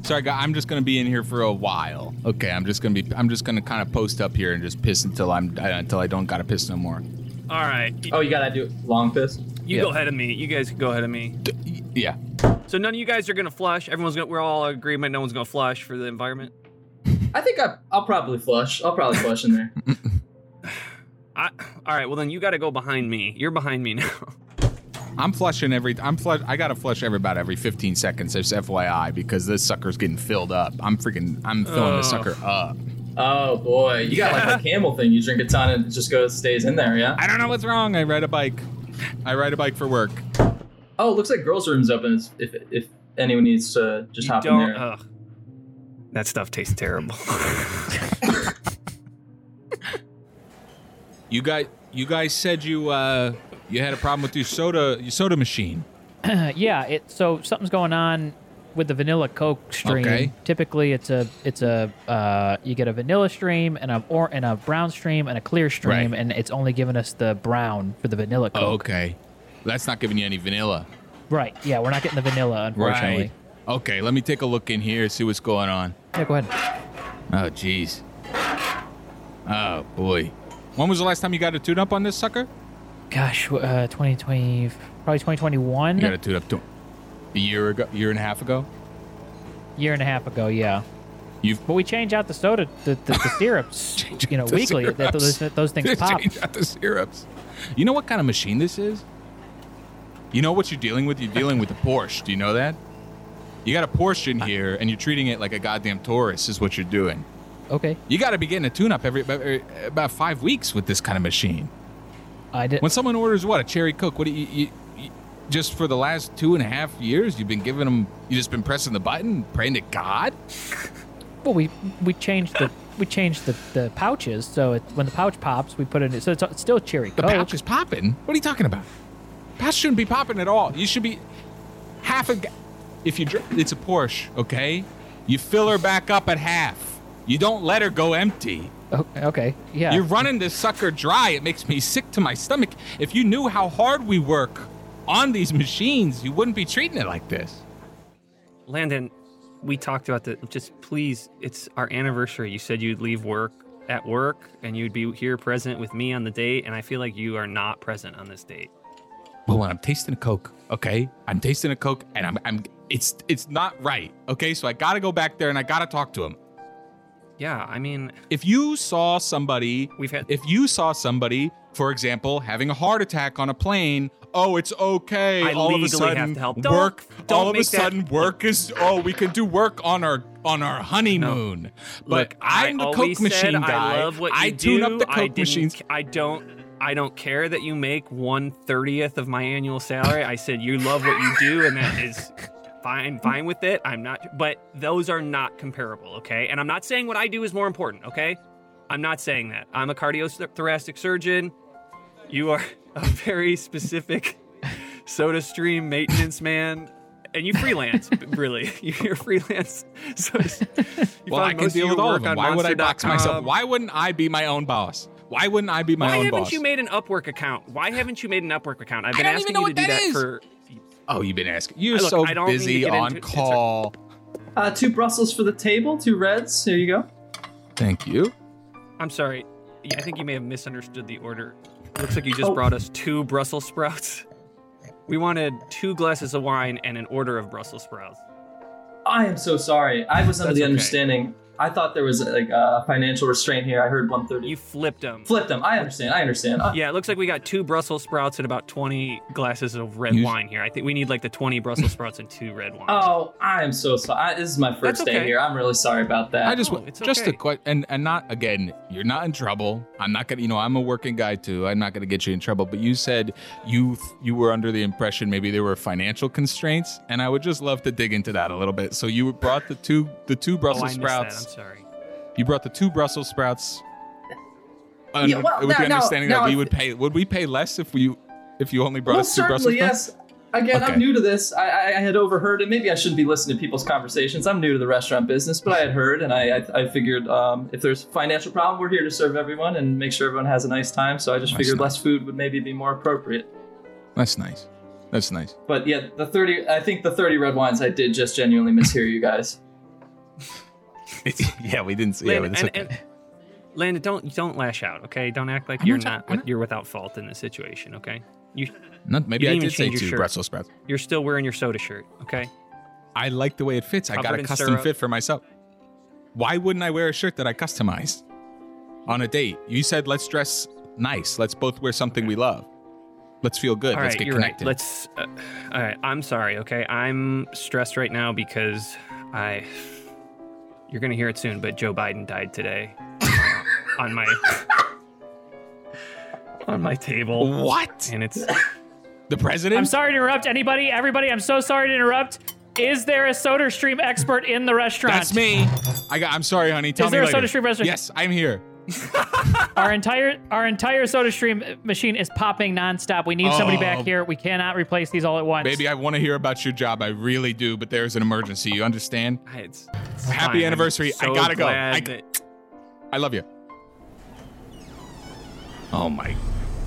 Speaker 4: Sorry, guy, I'm just gonna be in here for a while. Okay, I'm just gonna be. I'm just gonna kind of post up here and just piss until I'm uh, until I don't gotta piss no more.
Speaker 2: All right. You,
Speaker 3: Oh, you gotta do long fist.
Speaker 2: you
Speaker 1: yeah.
Speaker 2: go ahead of me. You guys can go ahead of me.
Speaker 4: D- y- yeah.
Speaker 2: So none of you guys are gonna flush. Everyone's gonna. We're all in agreement. No one's gonna flush for the environment.
Speaker 3: I think I, I'll probably flush. I'll probably flush in there.
Speaker 2: I, all right. Well, then you got to go behind me. You're behind me now.
Speaker 4: I'm flushing every. I'm flush. I gotta flush every about every 15 seconds. Just FYI, because this sucker's getting filled up. I'm freaking. I'm filling the
Speaker 2: Ugh.
Speaker 4: sucker up.
Speaker 3: Oh boy, you got like the camel thing. You drink a ton and it just goes stays in there. Yeah.
Speaker 4: I don't know what's wrong. I ride a bike. I ride a bike for work.
Speaker 3: Oh, it looks like girls' rooms open. If if anyone needs to just
Speaker 2: you
Speaker 3: hop in
Speaker 2: don't. uh,
Speaker 3: there.
Speaker 2: Ugh. That stuff tastes terrible.
Speaker 4: You guys. You guys said you uh you had a problem with your soda your soda machine.
Speaker 1: Uh, yeah, it so something's going on with the vanilla Coke stream.
Speaker 4: Okay.
Speaker 1: Typically, it's a it's a uh, you get a vanilla stream and a or and a brown stream and a clear stream,
Speaker 4: Right.
Speaker 1: and it's only giving us the brown for the vanilla Coke.
Speaker 4: okay. That's not giving you any vanilla.
Speaker 1: Right? Yeah, we're not getting the vanilla, unfortunately.
Speaker 4: Right. Okay, let me take a look in here, see what's going on.
Speaker 1: Yeah, go ahead.
Speaker 4: Oh, jeez. Oh, boy. When was the last time you got a tune up on this sucker?
Speaker 1: Gosh, uh, twenty twenty, probably twenty twenty
Speaker 4: You got
Speaker 1: one,
Speaker 4: a tune up to a year ago, year and a half ago?
Speaker 1: year and a half ago. Yeah.
Speaker 4: You've
Speaker 1: But we change out the soda, the, the, the syrups,
Speaker 4: Change
Speaker 1: you know,
Speaker 4: out the
Speaker 1: weekly. That,
Speaker 4: syrups.
Speaker 1: those, those things pop.
Speaker 4: Change out the syrups. You know what kind of machine this is? You know what you're dealing with? You're dealing with a Porsche. Do you know that? You got a Porsche in here, and you're treating it like a goddamn Taurus, is what you're doing.
Speaker 1: Okay,
Speaker 4: You got to be getting a tune up every about- about five weeks with this kind of machine.
Speaker 1: I did.
Speaker 4: When someone orders what a cherry coke, what do you, you, you just for the last two and a half years you've been giving them? You just been pressing the button, praying to God.
Speaker 1: Well, we we changed the we changed the, the pouches, so it, when the pouch pops, we put it in. So it's, it's still cherry
Speaker 4: The
Speaker 1: coke.
Speaker 4: pouch is popping. What are you talking about? Pouch shouldn't be popping at all. You should be half a. ga- If you drink, it's a Porsche, okay? You fill her back up at half. You don't let her go empty.
Speaker 1: Oh, okay, yeah.
Speaker 4: You're running this sucker dry. It makes me sick to my stomach. If you knew how hard we work on these machines, you wouldn't be treating it like this.
Speaker 2: Landon, we talked about the. Just please, it's our anniversary. You said you'd leave work at work and you'd be here present with me on the date, and I feel like you are not present on this date.
Speaker 4: Well, when I'm tasting a Coke, okay, I'm tasting a Coke, and I'm, I'm, it's, it's not right, okay. So I gotta go back there and I gotta talk to him.
Speaker 2: Yeah, I mean,
Speaker 4: If you saw somebody,
Speaker 2: We've had-
Speaker 4: if you saw somebody, for example, having a heart attack on a plane, oh, it's okay.
Speaker 2: I
Speaker 4: all of a
Speaker 2: legally have
Speaker 4: sudden,
Speaker 2: to help. Don't-
Speaker 4: work.
Speaker 2: don't
Speaker 4: all of a
Speaker 2: make that-
Speaker 4: sudden, work is. Oh, we can do work on our on our honeymoon. But
Speaker 2: look,
Speaker 4: I'm
Speaker 2: I
Speaker 4: the Coke
Speaker 2: always
Speaker 4: machine
Speaker 2: said
Speaker 4: guy.
Speaker 2: I love what you
Speaker 4: I tune
Speaker 2: do.
Speaker 4: up the Coke
Speaker 2: I didn't,
Speaker 4: machines.
Speaker 2: I don't. I don't care that you make one thirtieth of my annual salary. I said you love what you do, and that is fine. Fine with it. I'm not. But those are not comparable. Okay. And I'm not saying what I do is more important. Okay. I'm not saying that. I'm a cardiothoracic surgeon. You are a very specific soda stream maintenance man. And you freelance, really. You're a freelance. So you
Speaker 4: Well, I
Speaker 2: find
Speaker 4: can
Speaker 2: most
Speaker 4: deal
Speaker 2: your
Speaker 4: with all
Speaker 2: work
Speaker 4: of them.
Speaker 2: on
Speaker 4: Why would I box myself?
Speaker 2: monster.com.
Speaker 4: Why wouldn't I be my own boss? Why wouldn't I be my
Speaker 2: Why
Speaker 4: own
Speaker 2: haven't
Speaker 4: boss?
Speaker 2: you made an Upwork account? Why haven't you made an Upwork account? I've
Speaker 4: I
Speaker 2: been
Speaker 4: don't
Speaker 2: asking
Speaker 4: even know
Speaker 2: you to
Speaker 4: what
Speaker 2: do
Speaker 4: that
Speaker 2: that
Speaker 4: is.
Speaker 2: for.
Speaker 4: oh, you've been asking. You're
Speaker 2: Look,
Speaker 4: so
Speaker 2: I don't mean to
Speaker 4: busy
Speaker 2: get
Speaker 4: on
Speaker 2: into- it's a-
Speaker 4: call.
Speaker 3: Uh, two Brussels for the table. Two reds. Here you go.
Speaker 4: Thank you.
Speaker 2: I'm sorry. Yeah, I think you may have misunderstood the order. Looks like you just
Speaker 3: Oh.
Speaker 2: brought us two Brussels sprouts. We wanted two glasses of wine and an order of Brussels sprouts.
Speaker 3: I am so sorry. I was under
Speaker 2: That's
Speaker 3: the
Speaker 2: okay.
Speaker 3: understanding. I thought there was like a financial restraint here. I heard one thirty.
Speaker 2: You flipped them.
Speaker 3: flipped them. I understand. I understand. Uh,
Speaker 2: yeah, it looks like we got two Brussels sprouts and about 20 glasses of red
Speaker 4: You-
Speaker 2: wine here. I think we need like the 20 Brussels sprouts and two red wines.
Speaker 3: Oh, I am so sorry. This is my first
Speaker 2: That's
Speaker 3: day
Speaker 2: okay.
Speaker 3: here. I'm really sorry about that.
Speaker 4: I just
Speaker 2: No,
Speaker 4: wa-
Speaker 2: it's
Speaker 4: just a
Speaker 2: okay.
Speaker 4: question, and and not again. You're not in trouble. I'm not gonna. You know, I'm a working guy too. I'm not gonna get you in trouble. But you said you th- you were under the impression maybe there were financial constraints, and I would just love to dig into that a little bit. So you brought the two the
Speaker 2: Oh,
Speaker 4: two
Speaker 2: I
Speaker 4: Brussels
Speaker 2: missed that. I'm
Speaker 4: sprouts.
Speaker 2: sorry.
Speaker 4: You brought the two Brussels sprouts. And
Speaker 3: Yeah, well,
Speaker 4: with
Speaker 3: no,
Speaker 4: the
Speaker 3: no,
Speaker 4: understanding
Speaker 3: no,
Speaker 4: that we
Speaker 3: if-
Speaker 4: would pay. Would we pay less if we if you only brought
Speaker 3: well,
Speaker 4: us two Brussels
Speaker 3: certainly
Speaker 4: sprouts?
Speaker 3: yes. Again,
Speaker 4: Okay.
Speaker 3: I'm new to this. I, I, I had overheard, and maybe I shouldn't be listening to people's conversations. I'm new to the restaurant business, but I had heard, and I, I, I figured um, if there's a financial problem, we're here to serve everyone and make sure everyone has a nice time. So I just
Speaker 4: Nice
Speaker 3: figured
Speaker 4: time.
Speaker 3: less food would maybe be more appropriate.
Speaker 4: That's nice. That's nice.
Speaker 3: But yeah, the 30, I think the 30 red wines I did just genuinely mishear you guys.
Speaker 4: yeah, we didn't see
Speaker 2: Landon, and, and, Landon, don't don't lash out, okay? Don't act like
Speaker 4: I'm
Speaker 2: you're
Speaker 4: not-
Speaker 2: not,
Speaker 4: I'm not-
Speaker 2: you're without fault in this situation, okay? You
Speaker 4: Not, maybe
Speaker 2: you
Speaker 4: I
Speaker 2: didn't even
Speaker 4: did say
Speaker 2: change your
Speaker 4: two
Speaker 2: shirt.
Speaker 4: Brussels sprouts.
Speaker 2: you're still wearing your soda shirt, okay?
Speaker 4: I like the way it fits. I got
Speaker 2: Covered
Speaker 4: a
Speaker 2: in
Speaker 4: custom
Speaker 2: syrup.
Speaker 4: fit for myself. Why wouldn't I wear a shirt that I customized on a date? You said let's dress nice. Let's both wear something we love. Let's feel good.
Speaker 2: All
Speaker 4: let's
Speaker 2: right,
Speaker 4: get
Speaker 2: you're
Speaker 4: connected.
Speaker 2: Right. Let's. Uh, all right, I'm sorry. Okay, I'm stressed right now because I. You're gonna hear it soon, but Joe Biden died today uh, on my on my table,
Speaker 4: what?
Speaker 2: and it's
Speaker 4: The president?
Speaker 1: I'm sorry to interrupt anybody. Everybody, I'm so sorry to interrupt. Is there a soda stream expert in the restaurant?
Speaker 4: That's me. I got, I'm sorry, honey. Tell
Speaker 1: Is
Speaker 4: me
Speaker 1: there a
Speaker 4: later.
Speaker 1: Soda Stream restaurant?
Speaker 4: Yes, I'm here.
Speaker 1: Our entire our entire soda stream machine is popping nonstop. We need somebody
Speaker 4: Oh.
Speaker 1: back here. We cannot replace these all at once.
Speaker 4: Baby, I want to hear about your job. I really do, but there's an emergency. You understand?
Speaker 2: it's.
Speaker 4: Happy
Speaker 2: fine. I'm
Speaker 4: anniversary. I
Speaker 2: so
Speaker 4: gotta go.
Speaker 2: glad
Speaker 4: I-
Speaker 2: that-
Speaker 4: I love you. Oh my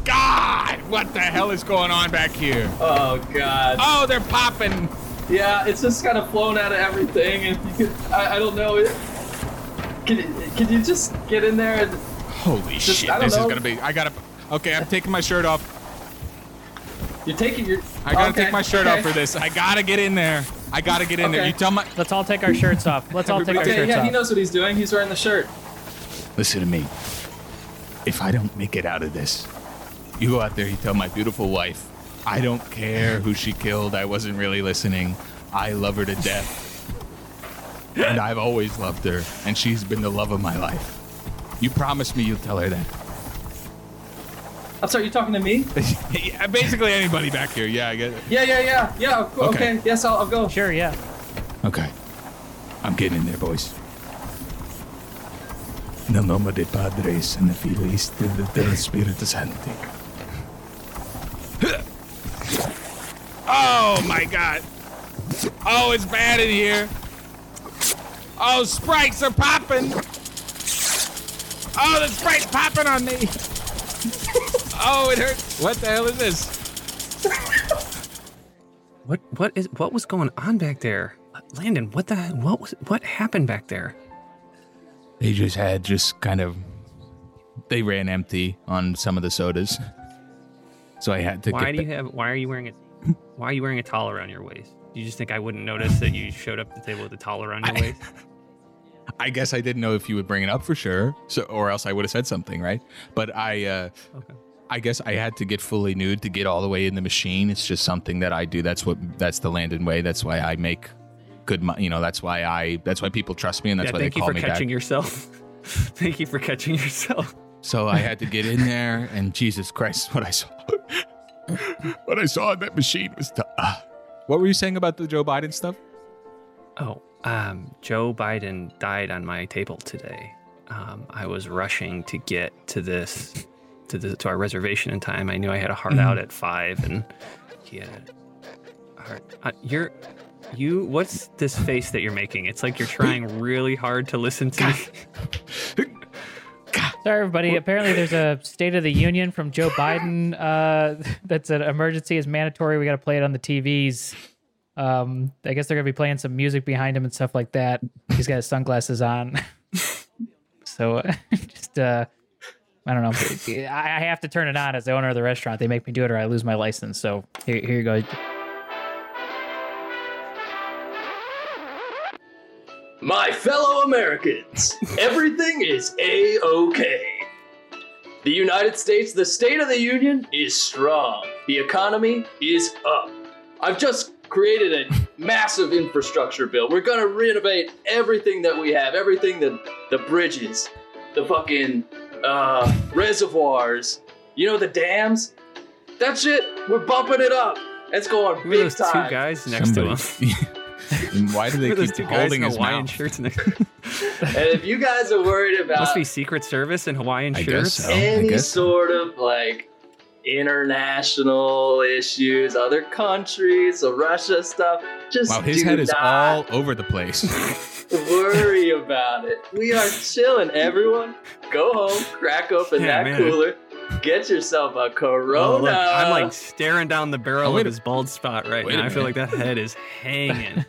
Speaker 4: God! What the hell is going on back here?
Speaker 3: Oh, God.
Speaker 4: Oh, they're popping.
Speaker 3: Yeah, it's just kind of flown out of everything, and you could, I, I don't know. It, can, can you just get in there and
Speaker 4: Holy
Speaker 3: Just-
Speaker 4: shit!
Speaker 3: I don't
Speaker 4: This is
Speaker 3: know.
Speaker 4: gonna be. I gotta. Okay, I'm taking my shirt off.
Speaker 3: you're taking your?
Speaker 4: I gotta
Speaker 3: Okay,
Speaker 4: take my shirt
Speaker 3: okay.
Speaker 4: off for this. I gotta get in there. I gotta get in there.
Speaker 3: Okay.
Speaker 4: You tell my.
Speaker 1: Let's all take our shirts off. Let's all take our
Speaker 4: Everybody-
Speaker 3: Okay,
Speaker 1: shirts
Speaker 3: yeah,
Speaker 1: off.
Speaker 3: he knows what he's doing. He's wearing the shirt.
Speaker 4: Listen to me. If I don't make it out of this, you go out there, you tell my beautiful wife, I don't care who she killed, I wasn't really listening. I love her to death. and I've always loved her, and she's been the love of my life. You promise me you'll tell her that.
Speaker 3: I'm sorry, you talking to me?
Speaker 4: Yeah, Basically, anybody back here, yeah, I get it.
Speaker 3: Yeah, yeah, yeah, yeah. of cou-
Speaker 4: Okay.
Speaker 3: Okay, yes, I'll, I'll go.
Speaker 1: Sure, yeah.
Speaker 4: Okay. I'm getting in there, boys. Nel nome de Padres and the Filiis e del Spirito Santo. Oh my god. Oh, it's bad in here. Oh, sprites are popping. Oh, the sprite's popping on me. Oh, it hurts. What the hell is this?
Speaker 2: What what is what was going on back there, Landon? What the what was what happened back there?
Speaker 4: They just had just kind of. They ran empty on some of the sodas. So I had to
Speaker 2: Why
Speaker 4: get
Speaker 2: do you have? Why are you wearing a? Why are you wearing a towel around your waist? Do you just think I wouldn't notice that you showed up at the table with a towel around your
Speaker 4: I-
Speaker 2: waist?
Speaker 4: I guess I didn't know if you would bring it up for sure, so or else I would have said something, right? But I, uh,
Speaker 2: Okay.
Speaker 4: I guess I had to get fully nude to get all the way in the machine. It's just something that I do. That's what that's the Landon way. That's why I make good money. You know, that's why I. That's why people trust me, and that's
Speaker 2: yeah,
Speaker 4: why
Speaker 2: thank
Speaker 4: they
Speaker 2: you
Speaker 4: call
Speaker 2: for
Speaker 4: me
Speaker 2: catching
Speaker 4: back.
Speaker 2: yourself. thank you for catching yourself.
Speaker 4: so I had to get in there, and Jesus Christ, what I saw, what I saw in that machine was the. Uh, what were you saying about the Joe Biden stuff?
Speaker 2: Oh, um, Joe Biden died on my table today. Um, I was rushing to get to this, to the to our reservation in time. I knew I had a heart out at five, and he had a heart. Uh, you're, you. What's this face that you're making? It's like you're trying really hard to listen to. me.
Speaker 1: Sorry, everybody. Apparently, there's a State of the Union from Joe Biden. Uh, that's an emergency. is mandatory. We got to play it on the TVs. Um, I guess they're gonna be playing some music behind him and stuff like that. He's got his sunglasses on. so, uh, just uh, I don't know. I I have to turn it on as the owner of the restaurant. They make me do it, or I lose my license. So here, here you go.
Speaker 3: My fellow Americans, everything is a okay. The United States, the State of the Union, is strong. The economy is up. I've just created a massive infrastructure bill. We're gonna renovate everything that we have, everything that the bridges, the fucking uh, reservoirs, you know, the dams. That shit, we're bumping it up. It's
Speaker 2: Who
Speaker 3: going
Speaker 2: are
Speaker 3: big
Speaker 2: those
Speaker 3: time.
Speaker 2: two guys next to him?
Speaker 4: him. why do
Speaker 2: Who
Speaker 4: they
Speaker 2: are those two
Speaker 4: keep
Speaker 2: guys
Speaker 4: holding
Speaker 2: in
Speaker 4: his
Speaker 2: Hawaiian
Speaker 4: mouth?
Speaker 2: shirts? Next-
Speaker 3: And if you guys are worried about
Speaker 2: Must be Secret Service in Hawaiian
Speaker 4: Oh, I guess
Speaker 2: shirts.
Speaker 4: so. I
Speaker 3: any
Speaker 4: guess so.
Speaker 3: sort of like international issues, other countries, the Russia stuff. Just
Speaker 4: Wow, his
Speaker 3: do
Speaker 4: head is
Speaker 3: not
Speaker 4: all over the place.
Speaker 3: worry about it. We are chilling, everyone. Go home, crack open
Speaker 2: Yeah,
Speaker 3: that
Speaker 2: man.
Speaker 3: cooler, get yourself a Corona.
Speaker 2: Oh, look, I'm like staring down the barrel
Speaker 4: Oh, wait
Speaker 2: of
Speaker 4: a-
Speaker 2: his bald spot right
Speaker 4: wait a
Speaker 2: now. I feel like that head is hanging.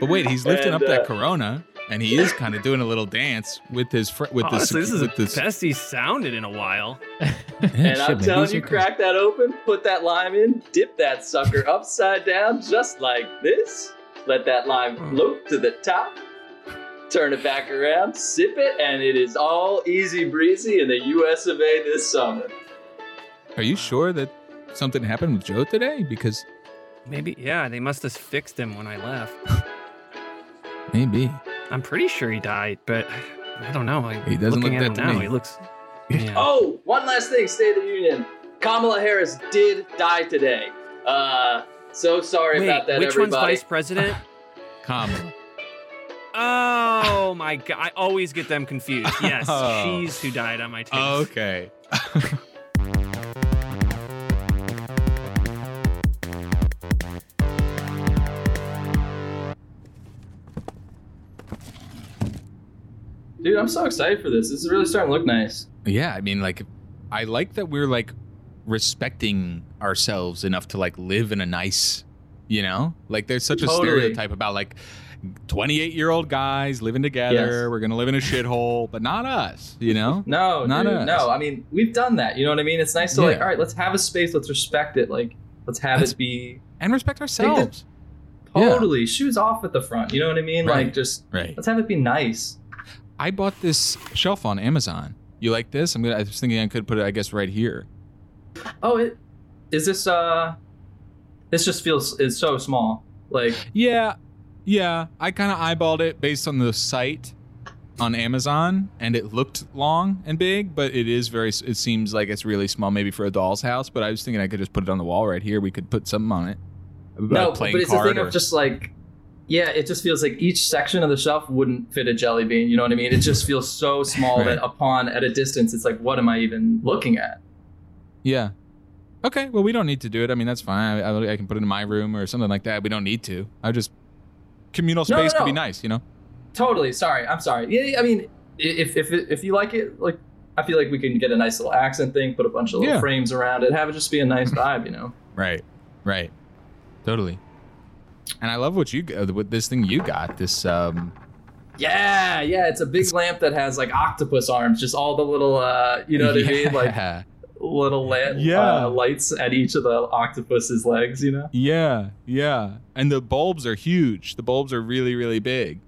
Speaker 4: But wait, he's lifting
Speaker 3: And,
Speaker 4: up that
Speaker 3: uh,
Speaker 4: Corona, and he is kind of doing a little dance with his fr- with the
Speaker 2: Honestly,
Speaker 4: sec-
Speaker 2: this is the
Speaker 4: with this.
Speaker 2: best he's sounded in a while.
Speaker 3: and I'm telling you, crack that open, put that lime in, dip that sucker upside down, just like this. Let that lime
Speaker 2: Hmm.
Speaker 3: float to the top. Turn it back around, sip it, and it is all easy breezy in the US of A this summer.
Speaker 4: Are you sure that something happened with Joe today? Because
Speaker 2: Maybe, yeah, they must have fixed him when I left.
Speaker 4: maybe
Speaker 2: I'm pretty sure he died, but I don't know. I,
Speaker 4: He doesn't
Speaker 2: looking at
Speaker 4: look dead
Speaker 2: him
Speaker 4: to
Speaker 2: now,
Speaker 4: me.
Speaker 2: He looks. Yeah.
Speaker 3: Oh, one last thing, State of the Union. Kamala Harris did die today. Uh, so sorry
Speaker 2: Wait,
Speaker 3: about that,
Speaker 2: which one's
Speaker 3: everybody.
Speaker 2: vice president?
Speaker 4: Kamala.
Speaker 2: Oh my god! I always get them confused. Yes,
Speaker 4: Oh.
Speaker 2: she's who died on my tape.
Speaker 4: okay.
Speaker 3: Dude, I'm so excited for this. This is really starting to look nice.
Speaker 4: Yeah, I mean, like, I like that we're like respecting ourselves enough to like live in a nice, you know, like there's such
Speaker 3: Totally.
Speaker 4: a stereotype about like 28 year old guys living together.
Speaker 3: Yes.
Speaker 4: We're gonna live in a shithole, but not us, you know.
Speaker 3: No,
Speaker 4: Not
Speaker 3: dude,
Speaker 4: us.
Speaker 3: no. I mean, we've done that. You know what I mean? It's nice to like,
Speaker 4: Yeah.
Speaker 3: all right, let's have a space. Let's respect it. Like, let's have
Speaker 4: Let's-
Speaker 3: it be
Speaker 4: And respect ourselves, Yeah.
Speaker 3: totally shoes off at the front. You know what I mean?
Speaker 4: Right.
Speaker 3: Like, just
Speaker 4: right?
Speaker 3: let's have it be nice.
Speaker 4: I bought this shelf on Amazon. You like this? I'm gonna. I was thinking I could put it, I guess, right here.
Speaker 3: Oh, it is this. Uh, this just feels is so small. Like,
Speaker 4: Yeah, yeah. I kind of eyeballed it based on the site on Amazon, and it looked long and big, but it is very. It seems like it's really small, maybe for a doll's house. But I was thinking I could just put it on the wall right here. We could put something on it.
Speaker 3: no,
Speaker 4: a playing
Speaker 3: but it's a thing
Speaker 4: card
Speaker 3: of
Speaker 4: or-
Speaker 3: just like, yeah, it just feels like each section of the shelf wouldn't fit a jelly bean. You know what I mean? It just feels so small
Speaker 4: Right.
Speaker 3: that upon at a distance, it's like, what am I even looking at?
Speaker 4: Yeah. Okay. Well, we don't need to do it. I mean, that's fine. I, I, I can put it in my room or something like that. We don't need to. I just communal
Speaker 3: No, no,
Speaker 4: space could be
Speaker 3: no.
Speaker 4: nice, you know.
Speaker 3: Totally. Sorry. I'm sorry. Yeah. I mean, i- if if if you like it, like I feel like we can get a nice little accent thing, put a bunch of little
Speaker 4: Yeah.
Speaker 3: frames around it, have it just be a nice vibe. You know.
Speaker 4: Right. Right. Totally. And I love what you g- uh, what this thing you got. This um
Speaker 3: Yeah. Yeah. It's a big lamp that has like octopus arms, just all the little, uh, you know what I mean, like
Speaker 4: Yeah.
Speaker 3: little la-
Speaker 4: Yeah.
Speaker 3: uh, lights at each of the octopus's legs. You know.
Speaker 4: Yeah, yeah. And the bulbs are huge. The bulbs are really, really big.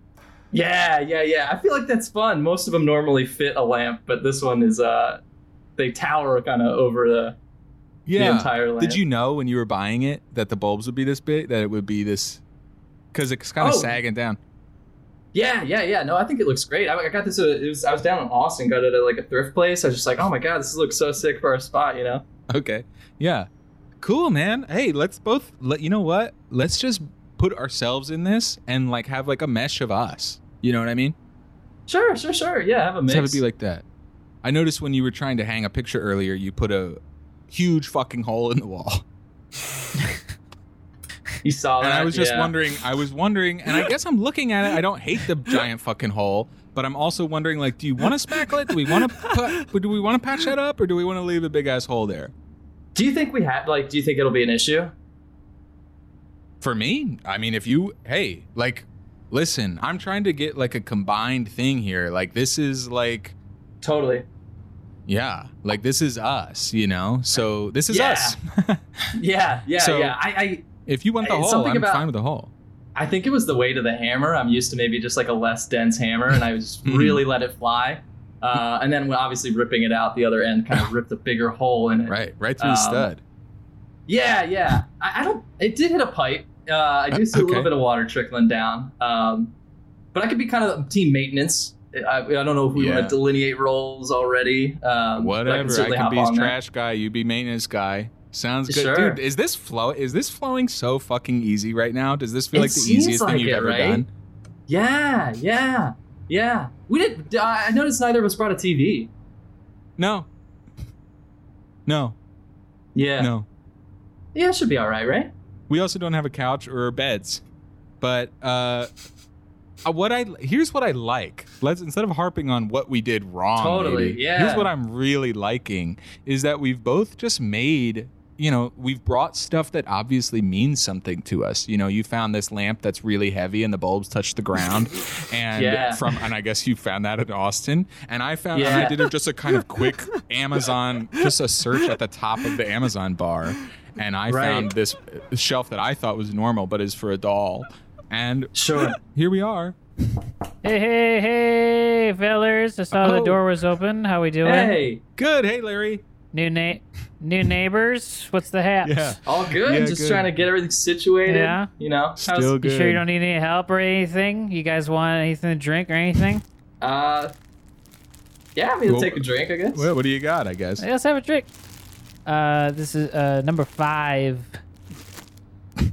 Speaker 3: Yeah. Yeah. Yeah. I feel like that's fun. Most of them normally fit a lamp, but this one is uh, they tower kind of over the, the entire lamp.
Speaker 4: Did you know when you were buying it that the bulbs would be this big? That it would be this because it's kind of
Speaker 3: Oh.
Speaker 4: sagging down.
Speaker 3: Yeah, yeah, yeah. No, I think it looks great. I, I got this. At, it was I was down in Austin, got it at like a thrift place. I was just like, oh my god, this looks so sick for our spot, you know?
Speaker 4: Okay. Yeah. Cool, man. Hey, let's both. Let you know what. Let's just put ourselves in this and like have like a mesh of us. You know what I mean?
Speaker 3: Sure, sure, sure. Yeah, have a mix.
Speaker 4: Let's have it be like that. I noticed when you were trying to hang a picture earlier, you put a huge fucking hole in the wall.
Speaker 3: you saw
Speaker 4: and
Speaker 3: that.
Speaker 4: I was just
Speaker 3: yeah.
Speaker 4: wondering, I was wondering, and I guess I'm looking at it. I don't hate the giant fucking hole, but I'm also wondering, like, do you want to spackle it? Do we want to, put, do we want to patch that up, or do we want to leave a big ass hole there?
Speaker 3: Do you think we have like? Do you think it'll be an issue?
Speaker 4: For me, I mean, if you, hey, like, listen, I'm trying to get like a combined thing here. Like, this is like,
Speaker 3: Totally.
Speaker 4: yeah, like this is us, you know. So this is
Speaker 3: Yeah.
Speaker 4: us.
Speaker 3: Yeah, yeah,
Speaker 4: So-
Speaker 3: yeah. I,
Speaker 4: if you want the
Speaker 3: It's
Speaker 4: hole,
Speaker 3: something
Speaker 4: I'm
Speaker 3: about-
Speaker 4: fine with the hole.
Speaker 3: I, I think it was the weight of the hammer. I'm used to maybe just like a less dense hammer, and I was
Speaker 4: Mhm.
Speaker 3: really let it fly. Uh, and then obviously ripping it out the other end kind of ripped a bigger hole in it.
Speaker 4: Right, right through
Speaker 3: Um,
Speaker 4: the stud.
Speaker 3: Yeah, yeah. I, I don't. It did hit a pipe. Uh, I do
Speaker 4: Uh,
Speaker 3: see a
Speaker 4: okay.
Speaker 3: little bit of water trickling down. Um, but I could be kind of team maintenance. I, I don't know if we want
Speaker 4: Yeah.
Speaker 3: to delineate roles already. Um, but
Speaker 4: Whatever. I can,
Speaker 3: certainly hop
Speaker 4: be his
Speaker 3: on that.
Speaker 4: trash guy. You be maintenance guy. Sounds good,
Speaker 3: Sure.
Speaker 4: dude. Is this flow? Is this flowing so fucking easy right now? Does this feel
Speaker 3: It
Speaker 4: like the
Speaker 3: seems
Speaker 4: easiest
Speaker 3: like
Speaker 4: thing you've
Speaker 3: it,
Speaker 4: ever
Speaker 3: right?
Speaker 4: done?
Speaker 3: Yeah, yeah, yeah. We did. I I noticed neither of us brought a TV.
Speaker 4: No. No.
Speaker 3: Yeah.
Speaker 4: No.
Speaker 3: Yeah, it should be all right, right?
Speaker 4: We also don't have a couch or beds, but uh, uh, what I here's what I like. Let's instead of harping on what we did wrong.
Speaker 3: Totally,
Speaker 4: maybe,
Speaker 3: yeah.
Speaker 4: Here's what I'm really liking is that we've both just made. You know, we've brought stuff that obviously means something to us. You know, you found this lamp that's really heavy and the bulbs touch the ground, and
Speaker 3: Yeah.
Speaker 4: from and I guess you found that in Austin, and I found and I
Speaker 3: Yeah.
Speaker 4: did a- just a kind of quick Amazon, just a search at the top of the Amazon bar, and I
Speaker 3: Right.
Speaker 4: found this shelf that I thought was normal but is for a doll, and
Speaker 3: Sure.
Speaker 4: here we are.
Speaker 1: Hey, hey, hey, fellers! I saw the
Speaker 4: Oh.
Speaker 1: door was open. How we doing?
Speaker 3: hey,
Speaker 4: Good. Hey, Larry.
Speaker 1: New na- new neighbors. What's the haps?
Speaker 4: Yeah.
Speaker 3: all good.
Speaker 4: Yeah,
Speaker 3: Just
Speaker 4: good.
Speaker 3: trying to get everything situated.
Speaker 1: Yeah.
Speaker 3: You know. How's-
Speaker 4: Still
Speaker 1: You
Speaker 4: good.
Speaker 1: sure you don't need any help or anything? You guys want anything to drink or anything?
Speaker 3: Uh. Yeah, I mean,
Speaker 4: Well-
Speaker 3: will take a drink, I guess.
Speaker 4: Well, what do you got? I guess.
Speaker 1: Hey, let's have a drink. Uh, this is uh number five.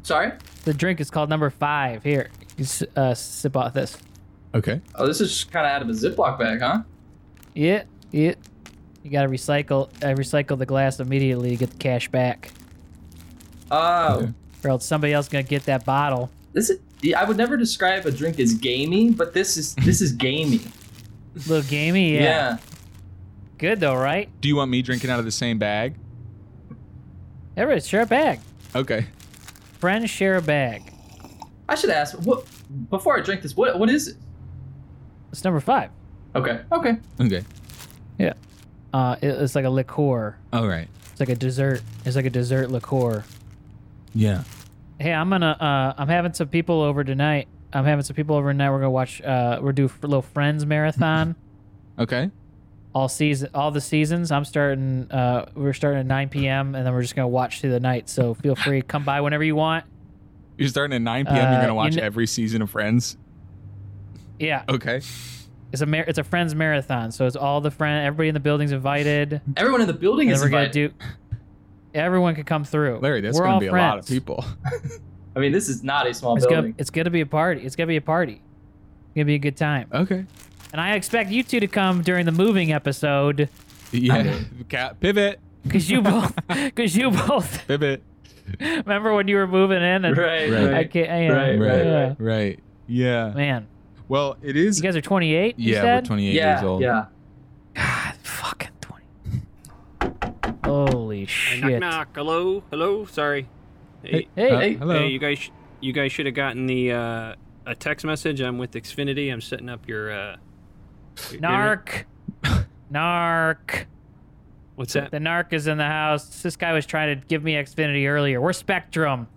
Speaker 3: Sorry.
Speaker 1: The drink is called number five. Here, you s- uh, sip off this.
Speaker 4: Okay.
Speaker 3: Oh, this is kind of out of a Ziploc bag, huh?
Speaker 1: Yeah, yeah. You gotta recycle. Uh, recycle the glass immediately to get the cash back,
Speaker 3: Oh.
Speaker 4: Okay.
Speaker 1: or else somebody else gonna get that bottle.
Speaker 3: This is, yeah, I would never describe a drink as gamey, but this is this is gamey.
Speaker 1: Little gamey, yeah. Good though, right?
Speaker 4: Do you want me drinking out of the same bag?
Speaker 1: Everybody share a bag.
Speaker 4: Okay.
Speaker 1: Friends share a bag.
Speaker 3: I should ask what before I drink this. What what is it?
Speaker 1: It's number five.
Speaker 3: Okay. Okay.
Speaker 4: Okay.
Speaker 1: Yeah. Uh, it- it's like a liqueur.
Speaker 4: All right.
Speaker 1: It's like a dessert. It's like a dessert liqueur.
Speaker 4: Yeah.
Speaker 1: Hey, I'm gonna. Uh, I'm having some people over tonight. I'm having some people over tonight. We're gonna watch. Uh, we're do a little Friends marathon.
Speaker 4: Okay.
Speaker 1: all season, all the seasons. I'm starting. Uh, we're starting at 9 p.m. and then we're just gonna watch through the night. So feel free, come by whenever you want.
Speaker 4: You're starting at 9 p.m.
Speaker 1: Uh,
Speaker 4: You're gonna
Speaker 1: you
Speaker 4: watch
Speaker 1: kn-
Speaker 4: every season of Friends.
Speaker 1: Yeah,
Speaker 4: Okay.
Speaker 1: it's a mar- it's a Friends marathon. So it's all the friend. Everybody in the building's invited.
Speaker 3: Everyone in the building
Speaker 1: And
Speaker 3: is
Speaker 1: then we're gonna
Speaker 3: invited.
Speaker 1: do. Everyone could come through.
Speaker 4: Larry, that's
Speaker 1: we're
Speaker 4: gonna
Speaker 1: all
Speaker 4: be a
Speaker 1: friends.
Speaker 4: lot of people.
Speaker 3: I mean, this is not a small
Speaker 1: It's gonna,
Speaker 3: building.
Speaker 1: it's gonna be a party. It's gonna be a party. It's gonna be a good time.
Speaker 4: Okay.
Speaker 1: And I expect you two to come during the moving episode
Speaker 4: Yeah. Ca- pivot.
Speaker 1: because you both, because you both
Speaker 4: Pivot.
Speaker 1: remember when you were moving in and
Speaker 3: Right.
Speaker 4: Right.
Speaker 1: I
Speaker 3: Right.
Speaker 1: can't, yeah,
Speaker 3: Right, right,
Speaker 1: yeah.
Speaker 3: right.
Speaker 4: Right. Yeah.
Speaker 1: man,
Speaker 4: Well, it is.
Speaker 1: you guys are 28. you
Speaker 4: yeah, we're
Speaker 1: said?
Speaker 4: 28
Speaker 3: Yeah.
Speaker 4: years old.
Speaker 3: Yeah.
Speaker 1: God, fucking 20. Holy
Speaker 2: Hey,
Speaker 1: shit!
Speaker 2: knock knock. Hello, hello. Sorry. Hey,
Speaker 1: Hey,
Speaker 4: Uh,
Speaker 1: hey,
Speaker 4: hello.
Speaker 2: hey, you guys. sh- You guys should have gotten the uh, a text message. I'm with Xfinity. I'm setting up your. Uh, your internet-
Speaker 1: narc, narc.
Speaker 2: What's that?
Speaker 1: The narc is in the house. This guy was trying to give me Xfinity earlier. We're Spectrum.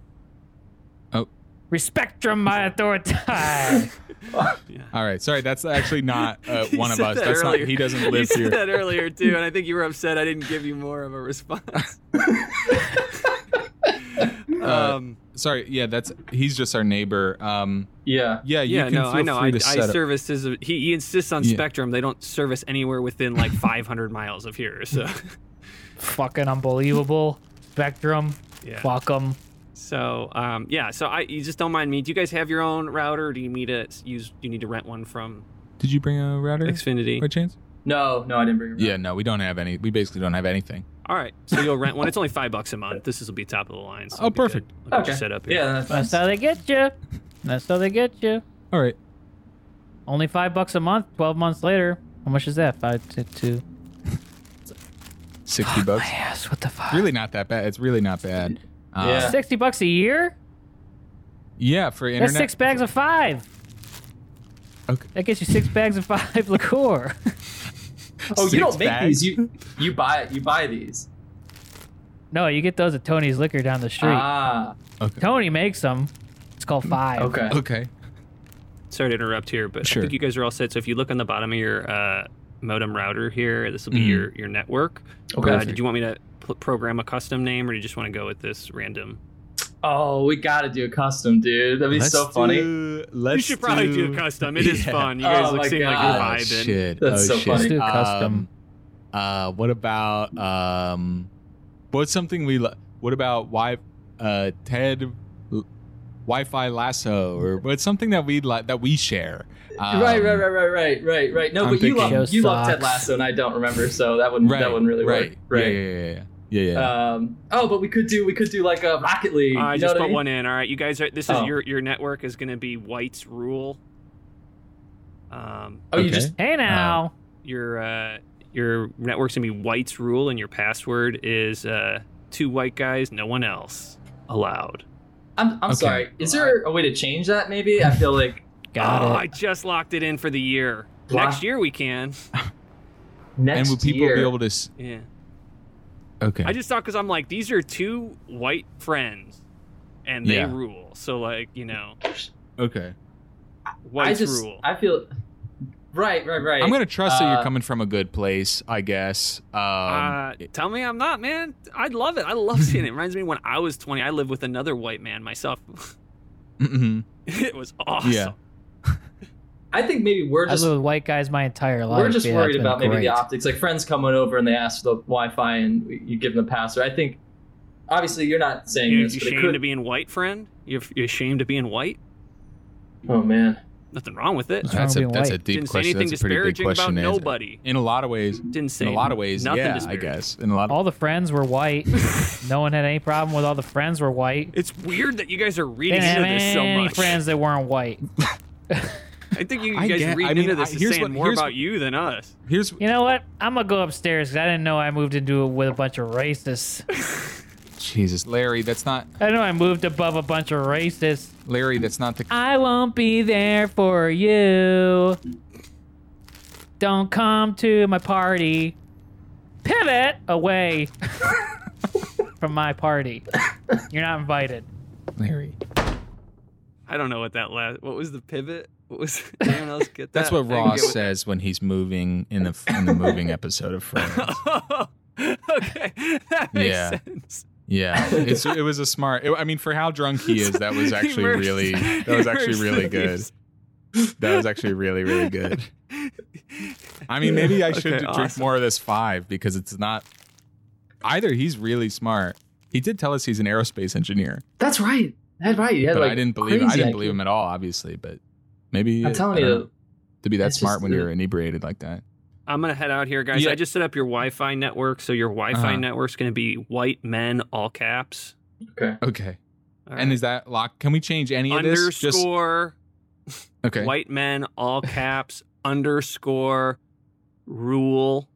Speaker 4: Oh.
Speaker 1: Respectrum my authority.
Speaker 2: Yeah.
Speaker 4: All right. Sorry, that's actually not uh,
Speaker 2: You
Speaker 4: one of
Speaker 2: said
Speaker 4: us.
Speaker 2: that
Speaker 4: That's
Speaker 2: earlier.
Speaker 4: not. He doesn't
Speaker 2: You
Speaker 4: live
Speaker 2: said
Speaker 4: here.
Speaker 2: that earlier too, and I think you were upset I didn't give you more of a response.
Speaker 4: Uh,
Speaker 2: um,
Speaker 4: Sorry. Yeah, that's. He's just our neighbor. Um.
Speaker 3: Yeah.
Speaker 4: Yeah. You
Speaker 2: yeah,
Speaker 4: can
Speaker 2: no,
Speaker 4: feel
Speaker 2: I know.
Speaker 4: free
Speaker 2: I,
Speaker 4: to set
Speaker 2: I
Speaker 4: up-
Speaker 2: service is a, he, he insists on
Speaker 4: Yeah.
Speaker 2: Spectrum. They don't service anywhere within like 500 miles of here. So
Speaker 1: Fucking unbelievable. Spectrum.
Speaker 2: yeah.
Speaker 1: Fuck 'em.
Speaker 2: So um, yeah. So I you just don't mind me. Do you guys have your own router? Or do you need to s- use? Do you need to rent one from
Speaker 4: Did you bring a router?
Speaker 2: Xfinity?
Speaker 4: By chance?
Speaker 3: No. No, I didn't bring. It
Speaker 4: Yeah. No, we don't have any. We basically don't have anything.
Speaker 2: All right. So you'll rent one. It's only five bucks a month. This will be top of the line. So
Speaker 4: Oh,
Speaker 2: it'll be good.
Speaker 4: perfect.
Speaker 2: Look what
Speaker 3: Okay.
Speaker 2: you set up here.
Speaker 3: Yeah. That's
Speaker 1: That's
Speaker 3: nice.
Speaker 1: how they get you. That's how they get you.
Speaker 4: All right.
Speaker 1: Only five bucks a month. Twelve months later. How much is that? Five to two.
Speaker 4: Sixty
Speaker 1: My
Speaker 4: bucks.
Speaker 1: ass. What the fuck?
Speaker 4: Really not that bad. It's really not bad. Uh,
Speaker 3: Yeah.
Speaker 1: Sixty bucks a year?
Speaker 4: Yeah. For internet.
Speaker 1: That's six bags of five.
Speaker 4: Okay.
Speaker 1: That gets you six bags of five liqueur.
Speaker 3: Oh, you don't
Speaker 4: Six
Speaker 3: make
Speaker 4: bags?
Speaker 3: these. You you buy you buy these.
Speaker 1: no, you get those at Tony's Liquor down the street.
Speaker 3: Ah.
Speaker 4: Okay.
Speaker 1: Tony makes them. It's called five.
Speaker 3: Okay.
Speaker 4: Mm, Okay.
Speaker 2: Sorry to interrupt here, but
Speaker 4: Sure.
Speaker 2: I think you guys are all set. So if you look on the bottom of your uh, modem router here, this will be
Speaker 4: Mhm.
Speaker 2: your your network.
Speaker 3: Okay.
Speaker 2: Uh, did you want me to pl- program a custom name, or do you just want to go with this random?
Speaker 3: Oh, we gotta do a custom, dude. That'd be so funny.
Speaker 4: let's
Speaker 2: you should probably do, a custom. It is
Speaker 4: Yeah.
Speaker 2: fun. You guys
Speaker 3: Oh
Speaker 2: look
Speaker 3: my
Speaker 2: seem
Speaker 4: Oh,
Speaker 2: like you're vibing. Uh,
Speaker 4: shit.
Speaker 3: That's
Speaker 4: oh,
Speaker 3: so
Speaker 4: shit.
Speaker 3: funny. Let's
Speaker 1: do custom.
Speaker 4: Um, uh, what about um, what's something we? Lo- what about wi- uh, Ted, l- Wi-Fi lasso, or what's something that we like that we share? Um,
Speaker 3: right, right, right, right, right, right, right. No,
Speaker 4: I'm
Speaker 3: but you
Speaker 4: thinking-
Speaker 3: love you love
Speaker 1: Show
Speaker 3: Ted
Speaker 1: socks.
Speaker 3: Lasso, and I don't remember, so that wouldn't
Speaker 4: right,
Speaker 3: that wouldn't really
Speaker 4: right,
Speaker 3: work.
Speaker 4: Yeah,
Speaker 3: Right.
Speaker 4: yeah, yeah, yeah. Yeah, yeah.
Speaker 3: Um, oh, but we could do we could do like a Rocket League.
Speaker 2: I
Speaker 3: you know
Speaker 2: just
Speaker 3: what
Speaker 2: put
Speaker 3: I mean?
Speaker 2: one in. All right, you guys are. This is
Speaker 3: Oh.
Speaker 2: your your network is going to be White's Rule. Um,
Speaker 3: Oh, you
Speaker 4: Okay.
Speaker 3: just
Speaker 1: Hey now.
Speaker 2: your uh, your network's gonna be White's Rule, and your password is uh, two white guys, no one else allowed.
Speaker 3: I'm I'm
Speaker 4: Okay.
Speaker 3: sorry. Is there a way to change that? Maybe I feel like
Speaker 1: Got
Speaker 2: Oh,
Speaker 1: it.
Speaker 2: I just locked it in for the year.
Speaker 3: Wow.
Speaker 2: Next year we can.
Speaker 3: next
Speaker 4: And would people
Speaker 3: year.
Speaker 4: be able to? s-
Speaker 2: Yeah.
Speaker 4: Okay.
Speaker 2: I just thought because I'm like, these are two white friends, and they
Speaker 4: Yeah.
Speaker 2: rule. So like, you know,
Speaker 4: okay.
Speaker 3: I
Speaker 2: White's
Speaker 3: just
Speaker 2: Rule.
Speaker 3: I feel right, right, right.
Speaker 4: I'm gonna trust that
Speaker 3: Uh,
Speaker 4: you're coming from a good place, I guess. Um,
Speaker 2: uh, tell me I'm not, man. I love it. I love seeing it. It reminds me when I was 20, I lived with another white man myself.
Speaker 4: mhm.
Speaker 2: it was awesome.
Speaker 4: Yeah.
Speaker 3: I think maybe we're
Speaker 1: I
Speaker 3: just
Speaker 1: live with white guys my entire life.
Speaker 3: we're just
Speaker 1: Yeah, it's
Speaker 3: worried
Speaker 1: been
Speaker 3: about maybe the
Speaker 1: great.
Speaker 3: optics. Like friends coming over and they ask for the Wi-Fi and you give them the password. I think obviously you're not saying
Speaker 2: You, you
Speaker 3: this, but it
Speaker 2: ashamed
Speaker 3: could.
Speaker 2: of being white, friend? You you ashamed of being white?
Speaker 3: oh man,
Speaker 2: Nothing wrong with it.
Speaker 1: What's wrong
Speaker 4: That's
Speaker 1: with
Speaker 4: a
Speaker 1: being
Speaker 4: that's a
Speaker 1: white?
Speaker 4: deep
Speaker 2: Didn't say
Speaker 4: question.
Speaker 2: anything
Speaker 4: that's a pretty big
Speaker 2: disparaging about
Speaker 4: question. isn't it?
Speaker 2: nobody.
Speaker 4: In a lot of ways.
Speaker 2: Didn't say
Speaker 4: in a lot of ways,
Speaker 2: nothing
Speaker 4: yeah, I
Speaker 2: disparaging.
Speaker 4: guess. In a lot
Speaker 2: Oh.
Speaker 4: of
Speaker 1: All the friends were white. no one had any problem with all the friends were white.
Speaker 2: It's weird that you guys are
Speaker 1: They
Speaker 2: reading
Speaker 1: didn't have
Speaker 2: into this so
Speaker 1: any
Speaker 2: much.
Speaker 1: friends that weren't white.
Speaker 2: I think you
Speaker 4: I
Speaker 2: guys
Speaker 4: get-
Speaker 2: reading
Speaker 4: I mean,
Speaker 2: into this
Speaker 4: I-
Speaker 2: is
Speaker 4: here's
Speaker 2: saying
Speaker 4: what-
Speaker 2: more
Speaker 4: here's-
Speaker 2: about you than us.
Speaker 4: here's
Speaker 1: You know what? I'm gonna go upstairs because I didn't know I moved into it with a bunch of racists.
Speaker 4: Jesus, Larry. That's not
Speaker 1: I know I moved above a bunch of racists.
Speaker 4: Larry. That's not the.
Speaker 2: Ah.
Speaker 1: I won't be there for you. Don't come to my party. Pivot away from my party. You're not invited.
Speaker 4: Larry.
Speaker 2: Uh, I don't know what that last. What was the pivot? What was? Anyone else get that?
Speaker 4: That's
Speaker 2: I
Speaker 4: what
Speaker 2: didn't
Speaker 4: Ross
Speaker 2: get
Speaker 4: says when he's moving in the in the moving episode of Friends.
Speaker 2: what- Oh, okay, that makes
Speaker 4: Yeah.
Speaker 2: sense.
Speaker 4: Yeah, it's it was a smart. I mean, for how drunk he is, that was
Speaker 2: He
Speaker 4: actually
Speaker 2: merged-
Speaker 4: really that
Speaker 2: he
Speaker 4: was actually
Speaker 2: merged
Speaker 4: really
Speaker 2: the
Speaker 4: good.
Speaker 2: leaves.
Speaker 4: That was actually really really good. I mean, maybe I should
Speaker 2: Okay,
Speaker 4: drink
Speaker 2: awesome.
Speaker 4: more of this five because it's not. Either he's really smart. He did tell us he's an aerospace engineer,
Speaker 3: that's right. That's right. You had,
Speaker 4: but
Speaker 3: like,
Speaker 4: I didn't believe I
Speaker 3: crazy
Speaker 4: didn't
Speaker 3: IQ.
Speaker 4: believe him at all. Obviously, but maybe
Speaker 3: I'm telling
Speaker 4: I
Speaker 3: you,
Speaker 4: don't know, to be that
Speaker 3: it's
Speaker 4: smart
Speaker 3: just
Speaker 4: when
Speaker 3: the-
Speaker 4: you're inebriated like that.
Speaker 2: I'm gonna head out here, guys.
Speaker 4: Yeah.
Speaker 2: I just set up your Wi-Fi network, so your Wi-Fi
Speaker 4: Uh-huh.
Speaker 2: network's gonna be white men, all caps.
Speaker 4: Okay,
Speaker 2: All
Speaker 4: and
Speaker 2: right.
Speaker 4: is that lock? Can we change any of this? Just
Speaker 2: underscore
Speaker 4: okay.
Speaker 2: white men, all caps underscore rule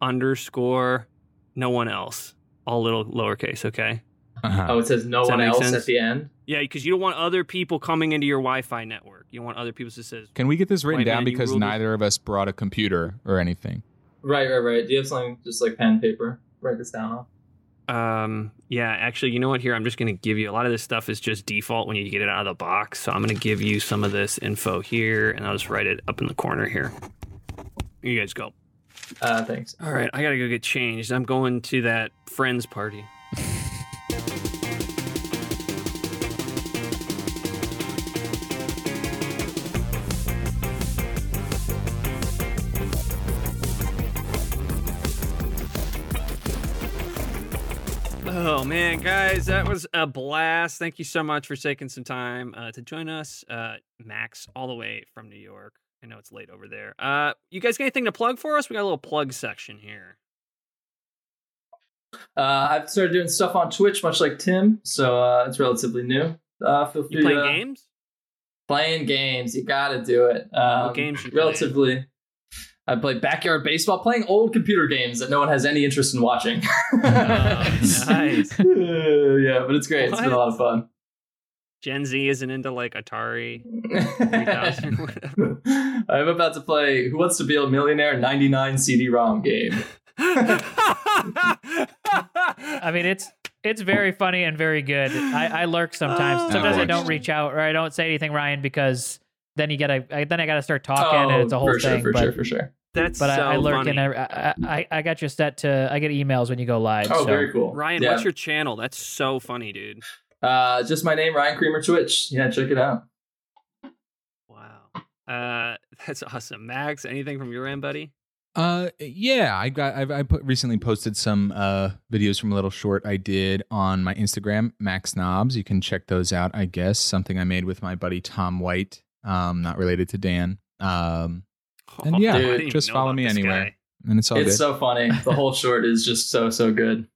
Speaker 2: underscore no one else, all little lowercase. Okay.
Speaker 4: Uh-huh.
Speaker 3: Oh, it says no
Speaker 2: Does that
Speaker 3: one
Speaker 2: make
Speaker 3: else
Speaker 2: sense?
Speaker 3: at the end.
Speaker 2: Yeah, because you don't want other people coming into your Wi-Fi network. You don't want other people to says
Speaker 4: Can we get this written
Speaker 2: White
Speaker 4: down
Speaker 2: man, you
Speaker 4: because
Speaker 2: ruled it.
Speaker 4: neither of us brought a computer or anything?
Speaker 3: Right, right, right. Do you have something just like pen, paper? Write this down. Off.
Speaker 2: Um, yeah, actually, you know what? Here, I'm just going to give you a lot of this stuff is just default when you get it out of the box. So I'm going to give you some of this info here, and I'll just write it up in the corner here. You guys go.
Speaker 3: Uh, thanks.
Speaker 2: All right, I got to go get changed. I'm going to that friends party. Oh man, guys, that was a blast! Thank you so much for taking some time uh, to join us, uh, Max, all the way from New York. I know it's late over there. Uh, you guys got anything to plug for us? We got a little plug section here.
Speaker 3: Uh, I've started doing stuff on Twitch, much like Tim, so uh, it's relatively new. Uh, feel free
Speaker 2: You playing
Speaker 3: to
Speaker 2: games?
Speaker 3: playing games. You gotta do it. Um,
Speaker 2: games you play?
Speaker 3: relatively. I play backyard baseball, playing old computer games that no one has any interest in watching.
Speaker 2: Oh, nice.
Speaker 3: Uh, yeah, but it's great. It's been a lot of fun.
Speaker 2: Gen Z isn't into like Atari 3000 or whatever.
Speaker 3: I'm about to play Who Wants to Be a Millionaire 99 CD-ROM game.
Speaker 1: I mean, it's it's very funny and very good. I, I lurk sometimes.
Speaker 3: Ah.
Speaker 2: Oh,
Speaker 1: sometimes I don't
Speaker 4: boy.
Speaker 1: reach out or I don't say anything, Ryan, because then you gotta I, then I gotta start talking and it's a whole
Speaker 3: Oh, for sure,
Speaker 1: thing.
Speaker 3: for
Speaker 1: but
Speaker 3: sure, for sure.
Speaker 2: That's
Speaker 1: but
Speaker 2: so
Speaker 1: I, I lurk
Speaker 2: funny.
Speaker 1: and I, I I- I got you set to I get emails when you go live.
Speaker 3: Oh,
Speaker 1: so.
Speaker 3: very cool.
Speaker 2: Ryan,
Speaker 3: yeah.
Speaker 2: what's your channel? That's so funny, dude.
Speaker 3: Uh, just my name, Ryan Creamer Twitch. Yeah, check it out.
Speaker 2: Wow. Uh, that's awesome. Max, anything from your end, buddy?
Speaker 4: Uh, yeah, I got. I've, I put recently posted some uh videos from a little short I did on my Instagram, Max Knobs. You can check those out. I guess something I made with my buddy Tom White. Um, not related to Dan. Um, And yeah,
Speaker 2: I didn't
Speaker 4: Dude, just
Speaker 2: even know
Speaker 4: follow
Speaker 2: about
Speaker 4: me
Speaker 2: this
Speaker 4: anywhere.
Speaker 2: guy.
Speaker 4: and it's all
Speaker 3: it's
Speaker 4: good.
Speaker 3: so funny. The whole short is just so so good.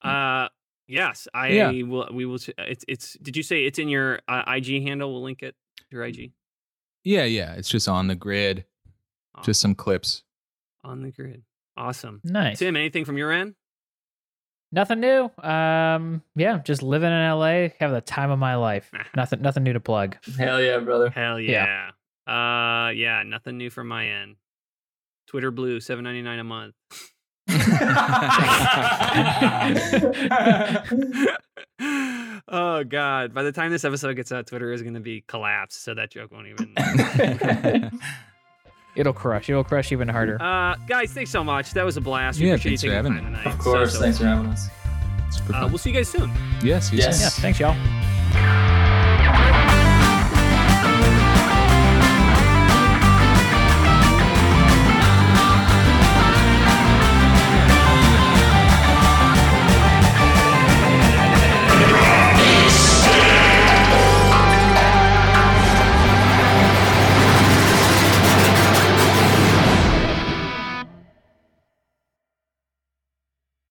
Speaker 2: Uh, yes, I
Speaker 4: Yeah.
Speaker 2: will. We will. s- It's it's. Did you say it's in your uh, IG handle? We'll link it. Your IG
Speaker 4: Yeah, yeah. It's just on the grid. Just some clips.
Speaker 2: on the grid. Awesome.
Speaker 1: Nice.
Speaker 2: Tim, anything from your end?
Speaker 1: Nothing new. Um, yeah, just living in LA, have the time of my life. nothing, nothing new to plug.
Speaker 3: Hell yeah, brother.
Speaker 2: Hell yeah.
Speaker 1: Yeah.
Speaker 2: Uh, yeah. Nothing new from my end. Twitter blue, seven ninety nine a month. oh God! By the time this episode gets out, Twitter is going to be collapsed, so that joke won't even.
Speaker 1: It'll crush. It'll crush even harder.
Speaker 2: Uh, guys, thanks so much. That was a blast. We
Speaker 4: Yeah,
Speaker 2: appreciate you
Speaker 4: thanks for
Speaker 2: taking the
Speaker 4: having
Speaker 2: time tonight.
Speaker 3: of course.
Speaker 2: So, so
Speaker 3: Thanks
Speaker 2: much.
Speaker 3: for having us.
Speaker 4: It's for
Speaker 2: Uh,
Speaker 4: fun.
Speaker 2: we'll see you guys soon.
Speaker 4: yes, yes.
Speaker 1: yeah. Thanks, y'all.